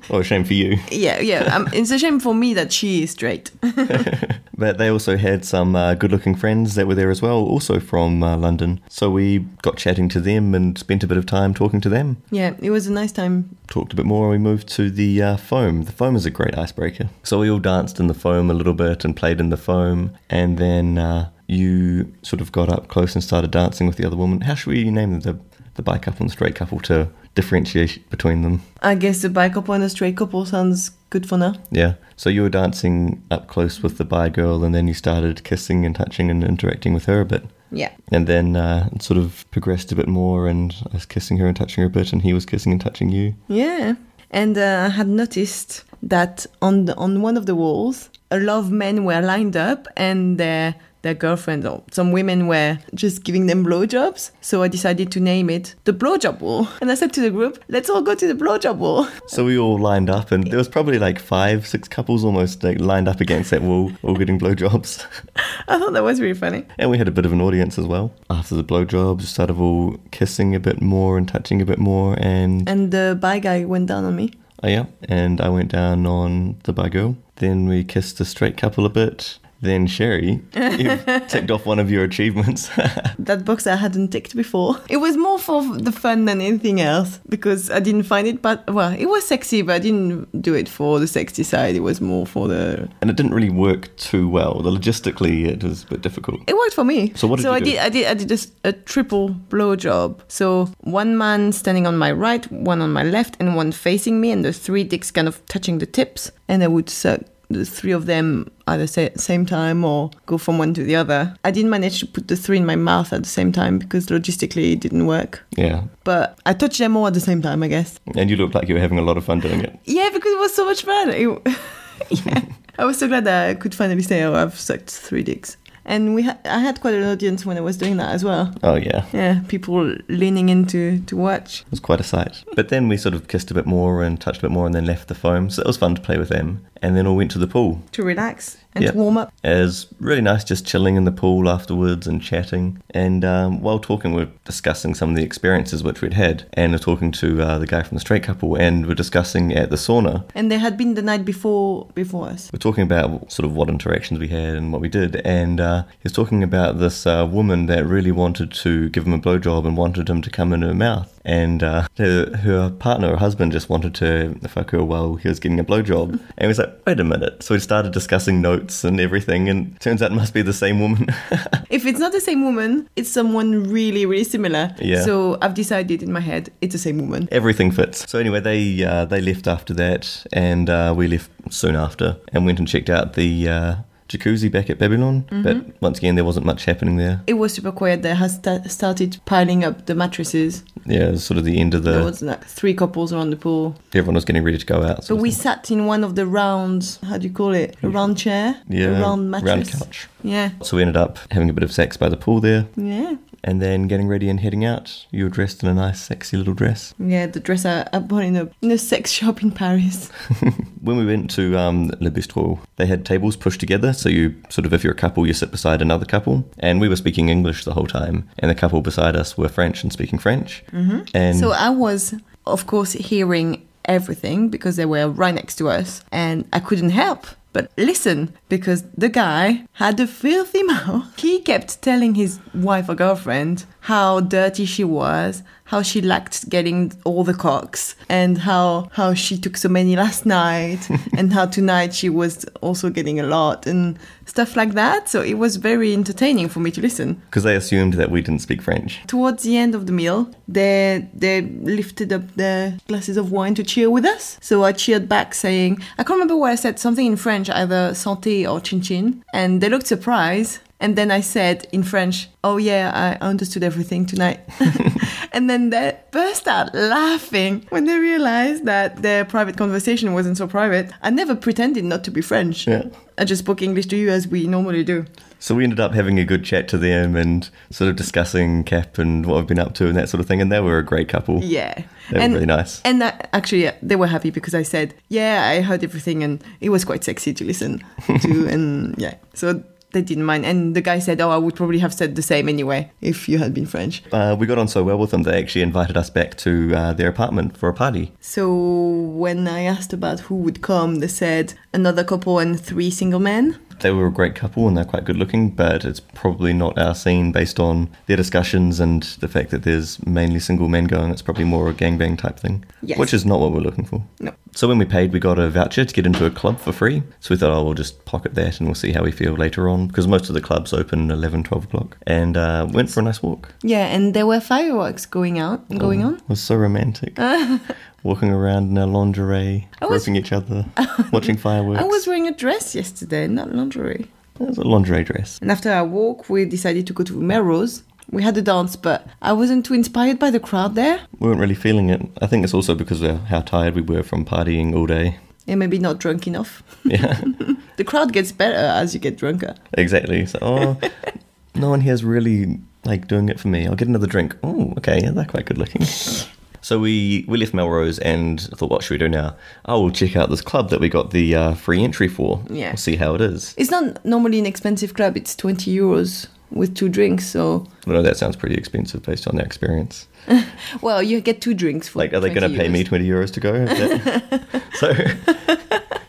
Speaker 1: Oh, shame for you.
Speaker 2: yeah, yeah. Um, it's a shame for me that she is straight.
Speaker 1: But they also had some uh, good looking friends that were there as well, also from uh, London. So we got chatting to them and spent a bit of time talking to them.
Speaker 2: Yeah, it was a nice time.
Speaker 1: talked a bit more and we moved to the uh, foam. The foam is a great icebreaker. So we all danced in the foam a little bit and played in the foam. And then uh, you sort of got up close and started dancing with the other woman. How should we name them? The, the bi couple and the straight couple to differentiate between them.
Speaker 2: I guess the bi couple and the straight couple sounds good for now.
Speaker 1: Yeah. So you were dancing up close with the bi girl and then you started kissing and touching and interacting with her a bit.
Speaker 2: Yeah.
Speaker 1: And then uh, it sort of progressed a bit more and I was kissing her and touching her a bit and he was kissing and touching you.
Speaker 2: Yeah. And uh, I had noticed that on the, on one of the walls, a lot of men were lined up and their their girlfriends or some women were just giving them blowjobs. So I decided to name it the blowjob wall. And I said to the group, let's all go to the blowjob wall.
Speaker 1: So we all lined up, and there was probably like five, six couples almost like lined up against that wall, all getting blowjobs.
Speaker 2: I thought that was really funny.
Speaker 1: And we had a bit of an audience as well. After the blowjobs, started all kissing a bit more and touching a bit more, and
Speaker 2: And the bi guy went down on me.
Speaker 1: oh yeah, and I went down on the bi girl. Then we kissed a straight couple a bit. Then Sherry, you've ticked off one of your achievements.
Speaker 2: That box I hadn't ticked before. It was more for the fun than anything else because I didn't find it, but well, it was sexy, but I didn't do it for the sexy side. It was more for the.
Speaker 1: and it didn't really work too well. Logistically, it was a bit difficult.
Speaker 2: It worked for me.
Speaker 1: So what did
Speaker 2: so
Speaker 1: you
Speaker 2: I
Speaker 1: do?
Speaker 2: did. I did. I did a, s- a triple blow job. So one man standing on my right, one on my left, and one facing me, and the three dicks kind of touching the tips. And I would suck the three of them either sa- at the same time or go from one to the other. I didn't manage to put the three in my mouth at the same time because logistically it didn't work.
Speaker 1: Yeah.
Speaker 2: But I touched them all at the same time, I guess.
Speaker 1: And you looked like you were having a lot of fun doing it.
Speaker 2: Yeah, because it was so much fun. It- yeah. I was so glad that I could finally say, oh, I've sucked three dicks. And we ha- I had quite an audience when I was doing that as well.
Speaker 1: Oh, yeah.
Speaker 2: Yeah, people leaning in to, to watch.
Speaker 1: It was quite a sight. But then we sort of kissed a bit more and touched a bit more and then left the foam. So it was fun to play with them. And then all went to the pool.
Speaker 2: To relax and
Speaker 1: Yeah.
Speaker 2: to warm up.
Speaker 1: It was really nice just chilling in the pool afterwards and chatting. And um, while talking, we are discussing some of the experiences which we'd had. And we're talking to uh, the guy from the straight couple and we're discussing at the sauna.
Speaker 2: And they had been the night before before us.
Speaker 1: We're talking about sort of what interactions we had and what we did, and uh, he was talking about this uh, woman that really wanted to give him a blowjob and wanted him to come in her mouth, and uh, her, her partner, her husband, just wanted to fuck her while he was getting a blowjob, and he was like, "Wait a minute!" So we started discussing notes and everything, and turns out it must be the same woman.
Speaker 2: If it's not the same woman, it's someone really, really similar.
Speaker 1: Yeah.
Speaker 2: So I've decided in my head, it's the same woman.
Speaker 1: everything fits. So anyway, they uh, they left after that, and uh, we left soon after, and went and checked out the. Uh, Jacuzzi back at Babylon, but once again, there wasn't much happening there.
Speaker 2: It was super quiet. They had sta started piling up the mattresses.
Speaker 1: Yeah, it was sort of the end of the.
Speaker 2: There was like three couples around the pool.
Speaker 1: everyone was getting ready to go out.
Speaker 2: So
Speaker 1: sort of
Speaker 2: we
Speaker 1: thing.
Speaker 2: sat in one of the round, how do you call it? A round chair? A round mattress?
Speaker 1: couch.
Speaker 2: Yeah.
Speaker 1: So we ended up having a bit of sex by the pool there,
Speaker 2: Yeah.
Speaker 1: and then getting ready and heading out. You were dressed in a nice, sexy little dress.
Speaker 2: Yeah, the dress I, I bought in a, in a sex shop in Paris.
Speaker 1: When we went to um, Le Bistrot, they had tables pushed together, so you sort of, if you're a couple, you sit beside another couple. And we were speaking English the whole time, and the couple beside us were French and speaking French. Mm-hmm. And
Speaker 2: So I was, of course, hearing everything because they were right next to us and I couldn't help but listen because the guy had a filthy mouth. He kept telling his wife or girlfriend how dirty she was, how she lacked getting all the cocks and how how she took so many last night and how tonight she was also getting a lot and stuff like that. So it was very entertaining for me to listen
Speaker 1: because they assumed that we didn't speak French.
Speaker 2: towards the end of the meal, they they lifted up their glasses of wine to cheer with us. So I cheered back, saying, I can't remember what I said, something in French, either santé or chin chin. And they looked surprised. And then I said in French, Oh yeah, I understood everything tonight. and then they burst out laughing when they realized that their private conversation wasn't so private. I never pretended not to be French.
Speaker 1: Yeah.
Speaker 2: I just spoke English to you as we normally do.
Speaker 1: So we ended up having a good chat to them and sort of discussing Cap and what we've been up to and that sort of thing. And they were a great couple.
Speaker 2: Yeah.
Speaker 1: They were really nice.
Speaker 2: And I, actually, they were happy because I said, yeah, I heard everything and it was quite sexy to listen to. and yeah, so they didn't mind. And the guy said, oh, I would probably have said the same anyway if you had been French.
Speaker 1: Uh, we got on so well with them, they actually invited us back to uh, their apartment for a party.
Speaker 2: So when I asked about who would come, they said another couple and three single men.
Speaker 1: They were a great couple and they're quite good looking, but it's probably not our scene based on their discussions and the fact that there's mainly single men going. It's probably more a gangbang type thing,
Speaker 2: Yes.
Speaker 1: which is not what we're looking for.
Speaker 2: No.
Speaker 1: So when we paid, we got a voucher to get into a club for free. So we thought, oh, we'll just pocket that and we'll see how we feel later on because most of the clubs open 11, 12 o'clock. And uh, went for a nice walk.
Speaker 2: Yeah, and there were fireworks going out, going on.
Speaker 1: Mm. It was so romantic. Walking around in our lingerie,
Speaker 2: was-
Speaker 1: groping each other, watching fireworks.
Speaker 2: I was wearing a dress yesterday, not lingerie.
Speaker 1: It was a lingerie dress.
Speaker 2: And after our walk, we decided to go to Melrose. We had a dance, but I wasn't too inspired by the crowd there.
Speaker 1: We weren't really feeling it. I think it's also because of how tired we were from partying all day.
Speaker 2: and maybe not drunk enough.
Speaker 1: Yeah.
Speaker 5: the crowd gets better as you get drunker.
Speaker 1: Exactly. So, oh, no one here's really like doing it for me. I'll get another drink. Oh, okay, yeah, they're quite good looking. So we, we left Melrose and thought, what should we do now? Oh, we'll check out this club that we got the uh, free entry for.
Speaker 5: Yeah.
Speaker 1: We'll see how it is.
Speaker 5: It's not normally an expensive club. It's twenty euros with two drinks. So
Speaker 1: I know that sounds pretty expensive based on their experience.
Speaker 5: well, you get two drinks for
Speaker 1: Like, are they going
Speaker 5: 20
Speaker 1: to pay me
Speaker 5: euros.
Speaker 1: 20 euros to go? Is that- so, what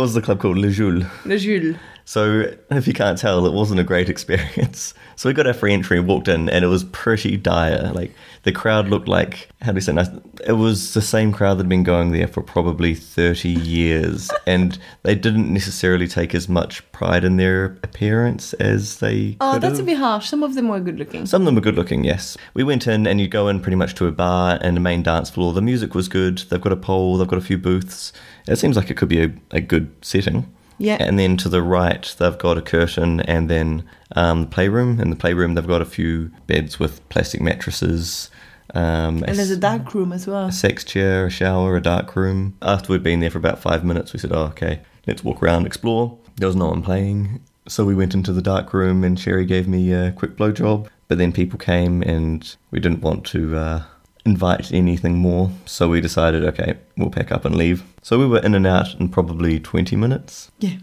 Speaker 1: was the club called? Le Joule.
Speaker 5: Le Jules.
Speaker 1: So, if you can't tell, it wasn't a great experience. So, we got our free entry and walked in, and it was pretty dire. Like, the crowd looked like, how do you say, nice? It was the same crowd that had been going there for probably 30 years, and they didn't necessarily take as much pride in their appearance as they
Speaker 5: Oh,
Speaker 1: could
Speaker 5: that's a
Speaker 1: have.
Speaker 5: bit harsh. Some of them were good looking.
Speaker 1: Some of them were good looking, yes. We went in and you go in pretty much to a bar and a main dance floor. The music was good. They've got a pole, they've got a few booths. It seems like it could be a, a good setting.
Speaker 5: Yeah.
Speaker 1: And then to the right, they've got a curtain and then um, the playroom. In the playroom, they've got a few beds with plastic mattresses. Um,
Speaker 5: And there's a dark room as well.
Speaker 1: a sex chair, a shower, a dark room. After we'd been there for about five minutes, we said, oh, okay, let's walk around, explore. There was no one playing. So we went into the dark room and Sherry gave me a quick blowjob. But then people came and we didn't want to uh, invite anything more. So we decided, okay, we'll pack up and leave. So we were in and out in probably 20 minutes.
Speaker 5: Yeah.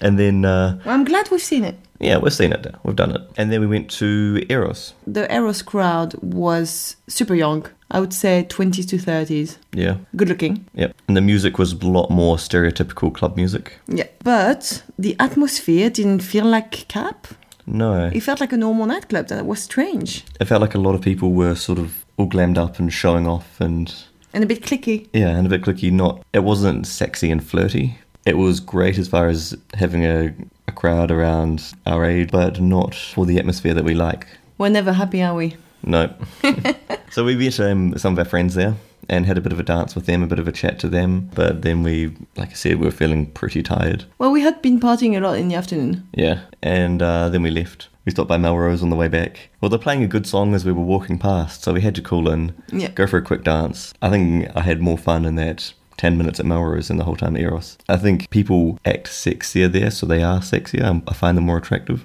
Speaker 1: And then, uh,
Speaker 5: Well, I'm glad we've seen it.
Speaker 1: yeah, we've seen it. We've done it. And then we went to Eros.
Speaker 5: The Eros crowd was super young. I would say 20s to 30s.
Speaker 1: Yeah.
Speaker 5: Good looking.
Speaker 1: Yep. And the music was a lot more stereotypical club music.
Speaker 5: Yeah. But the atmosphere didn't feel like cap.
Speaker 1: No.
Speaker 5: It felt like a normal nightclub. That was strange
Speaker 1: it felt like a lot of people were sort of all glammed up and showing off and
Speaker 5: and a bit clicky.
Speaker 1: yeah and a bit clicky not it wasn't sexy and flirty it was great as far as having a, a crowd around our age but not for the atmosphere that we like
Speaker 5: We're never happy, are we?
Speaker 1: no so we met um, some of our friends there and had a bit of a dance with them a bit of a chat to them but then we like i said we were feeling pretty tired
Speaker 5: Well, we had been partying a lot in the afternoon.
Speaker 1: yeah and uh, then we left we stopped by melrose on the way back well they're playing a good song as we were walking past so we had to call in
Speaker 5: Yeah.
Speaker 1: go for a quick dance. I think I had more fun in that 10 minutes at Melrose than the whole time at Eros. I think people act sexier there, so they are sexier. I'm- I find them more attractive.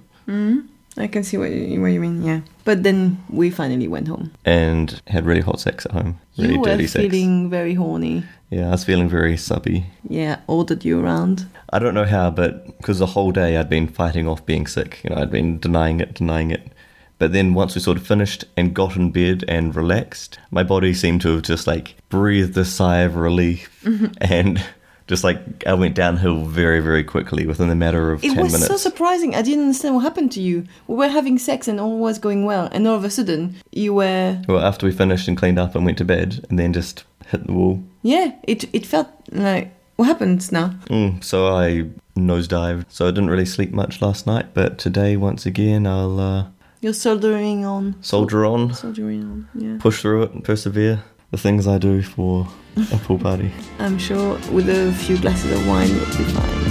Speaker 5: I can see what you, what you mean, yeah. But then we finally went home.
Speaker 1: And had really hot sex at home. Really
Speaker 5: you were
Speaker 1: dirty sex.
Speaker 5: feeling very horny.
Speaker 1: Yeah, I was feeling very subby.
Speaker 5: Yeah, ordered you around.
Speaker 1: I don't know how, but because the whole day I'd been fighting off being sick. You know, I'd been denying it, denying it. But then once we sort of finished and got in bed and relaxed, my body seemed to have just like breathed a sigh of relief
Speaker 5: Mm-hmm.
Speaker 1: and just like I went downhill very, very quickly within a matter of
Speaker 5: It
Speaker 1: 10
Speaker 5: was
Speaker 1: minutes.
Speaker 5: so surprising. I didn't understand what happened to you. We were having sex and all was going well, and all of a sudden you were
Speaker 1: well, after we finished and cleaned up and went to bed and then just hit the wall.
Speaker 5: yeah. It it felt like what happened now?
Speaker 1: Mm, so I nosedived. So I didn't really sleep much last night, but today, once again, I'll uh,
Speaker 5: You're soldering on,
Speaker 1: soldier on.
Speaker 5: soldering on. Yeah,
Speaker 1: push through it and persevere. The things I do for a pool party.
Speaker 5: I'm sure with a few glasses of wine you'll be fine.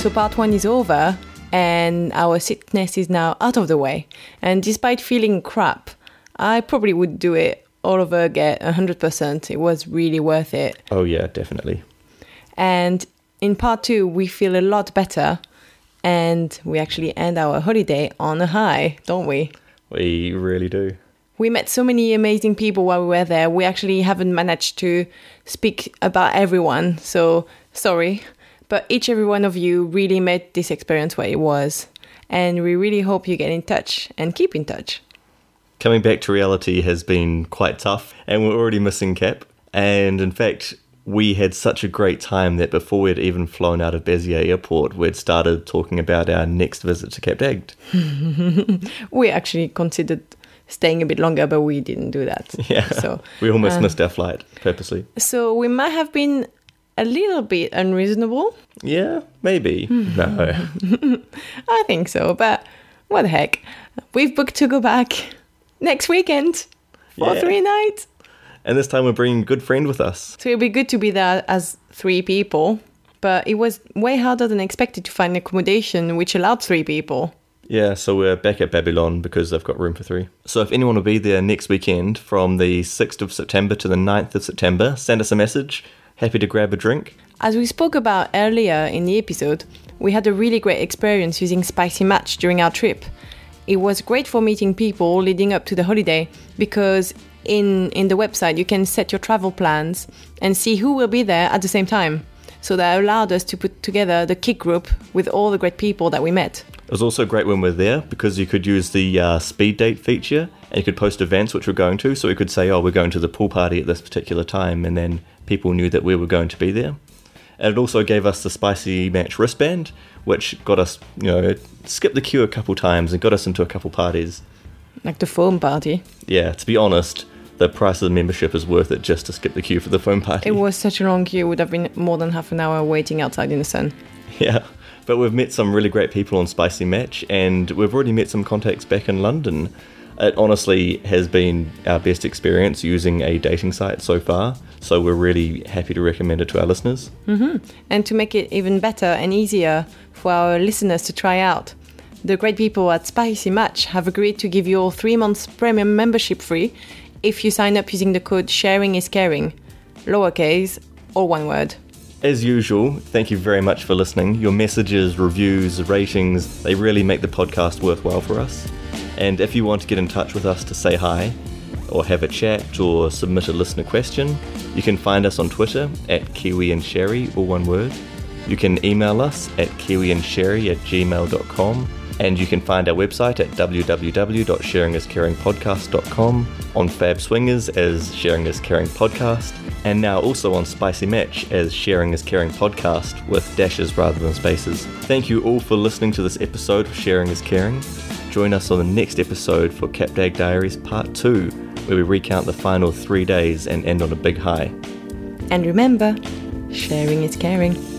Speaker 2: So part one is over, and our sickness is now out of the way. And despite feeling crap, I probably would do it all over again, 100%. It was really worth it.
Speaker 1: Oh yeah, definitely.
Speaker 2: And in part two, we feel a lot better, and we actually end our holiday on a high, don't we?
Speaker 1: We really do.
Speaker 2: We met so many amazing people while we were there. We actually haven't managed to speak about everyone, so sorry. But each every one of you really made this experience what it was. And we really hope you get in touch and keep in touch.
Speaker 1: Coming back to reality has been quite tough, and we're already missing Cap. And in fact, we had such a great time that before we'd even flown out of Bezier Airport, we'd started talking about our next visit to Cap Dagd.
Speaker 2: We actually considered staying a bit longer, but we didn't do that.
Speaker 1: Yeah,
Speaker 2: So
Speaker 1: we almost missed our flight purposely.
Speaker 2: so we might have been a little bit unreasonable.
Speaker 1: Yeah, maybe. no,
Speaker 2: I think so, but what the heck? We've booked to go back next weekend for
Speaker 1: Yeah.
Speaker 2: three nights.
Speaker 1: and this time we're bringing a good friend with us.
Speaker 2: So it'd be good to be there as three people, but it was way harder than expected to find accommodation which allowed three people.
Speaker 1: Yeah, so we're back at Babylon because they've got room for three. So if anyone will be there next weekend from the 6th of September to the 9th of September, send us a message. Happy to grab a drink.
Speaker 2: As we spoke about earlier in the episode, we had a really great experience using Spicy Match during our trip. It was great for meeting people leading up to the holiday because in in the website you can set your travel plans and see who will be there at the same time. So that allowed us to put together the kick group with all the great people that we met.
Speaker 1: It was also great when we we're there because you could use the uh, speed date feature and you could post events which we're going to. So we could say, oh, we're going to the pool party at this particular time, and then people knew that we were going to be there. And it also gave us the spicy match wristband, which got us, you know, skipped the queue a couple times and got us into a couple parties.
Speaker 2: Like the foam party.
Speaker 1: Yeah, to be honest, the price of the membership is worth it just to skip the queue for the foam party.
Speaker 2: It was such a long queue, it would have been more than half an hour waiting outside in the sun.
Speaker 1: Yeah. But we've met some really great people on Spicy Match, and we've already met some contacts back in London. It honestly has been our best experience using a dating site so far, so we're really happy to recommend it to our listeners.
Speaker 2: And to make it even better and easier for our listeners to try out, the great people at Spicy Match have agreed to give you all three months premium membership free if you sign up using the code sharing is caring, lowercase or one word.
Speaker 1: As usual, thank you very much for listening. Your messages, reviews, ratings, they really make the podcast worthwhile for us. And if you want to get in touch with us to say hi, or have a chat, or submit a listener question, you can find us on Twitter at Kiwi and Sherry, all one word. You can email us at kiwiandsherry at gmail.com. And you can find our website at www.sharingiscaringpodcast.com, on Fab Swingers as Sharing is Caring Podcast, and now also on Spicy Match as Sharing is Caring Podcast with dashes rather than spaces. Thank you all for listening to this episode of Sharing is Caring. Join us on the next episode for Capdag Diaries Part 2, where we recount the final three days and end on a big high.
Speaker 2: And remember, sharing is caring.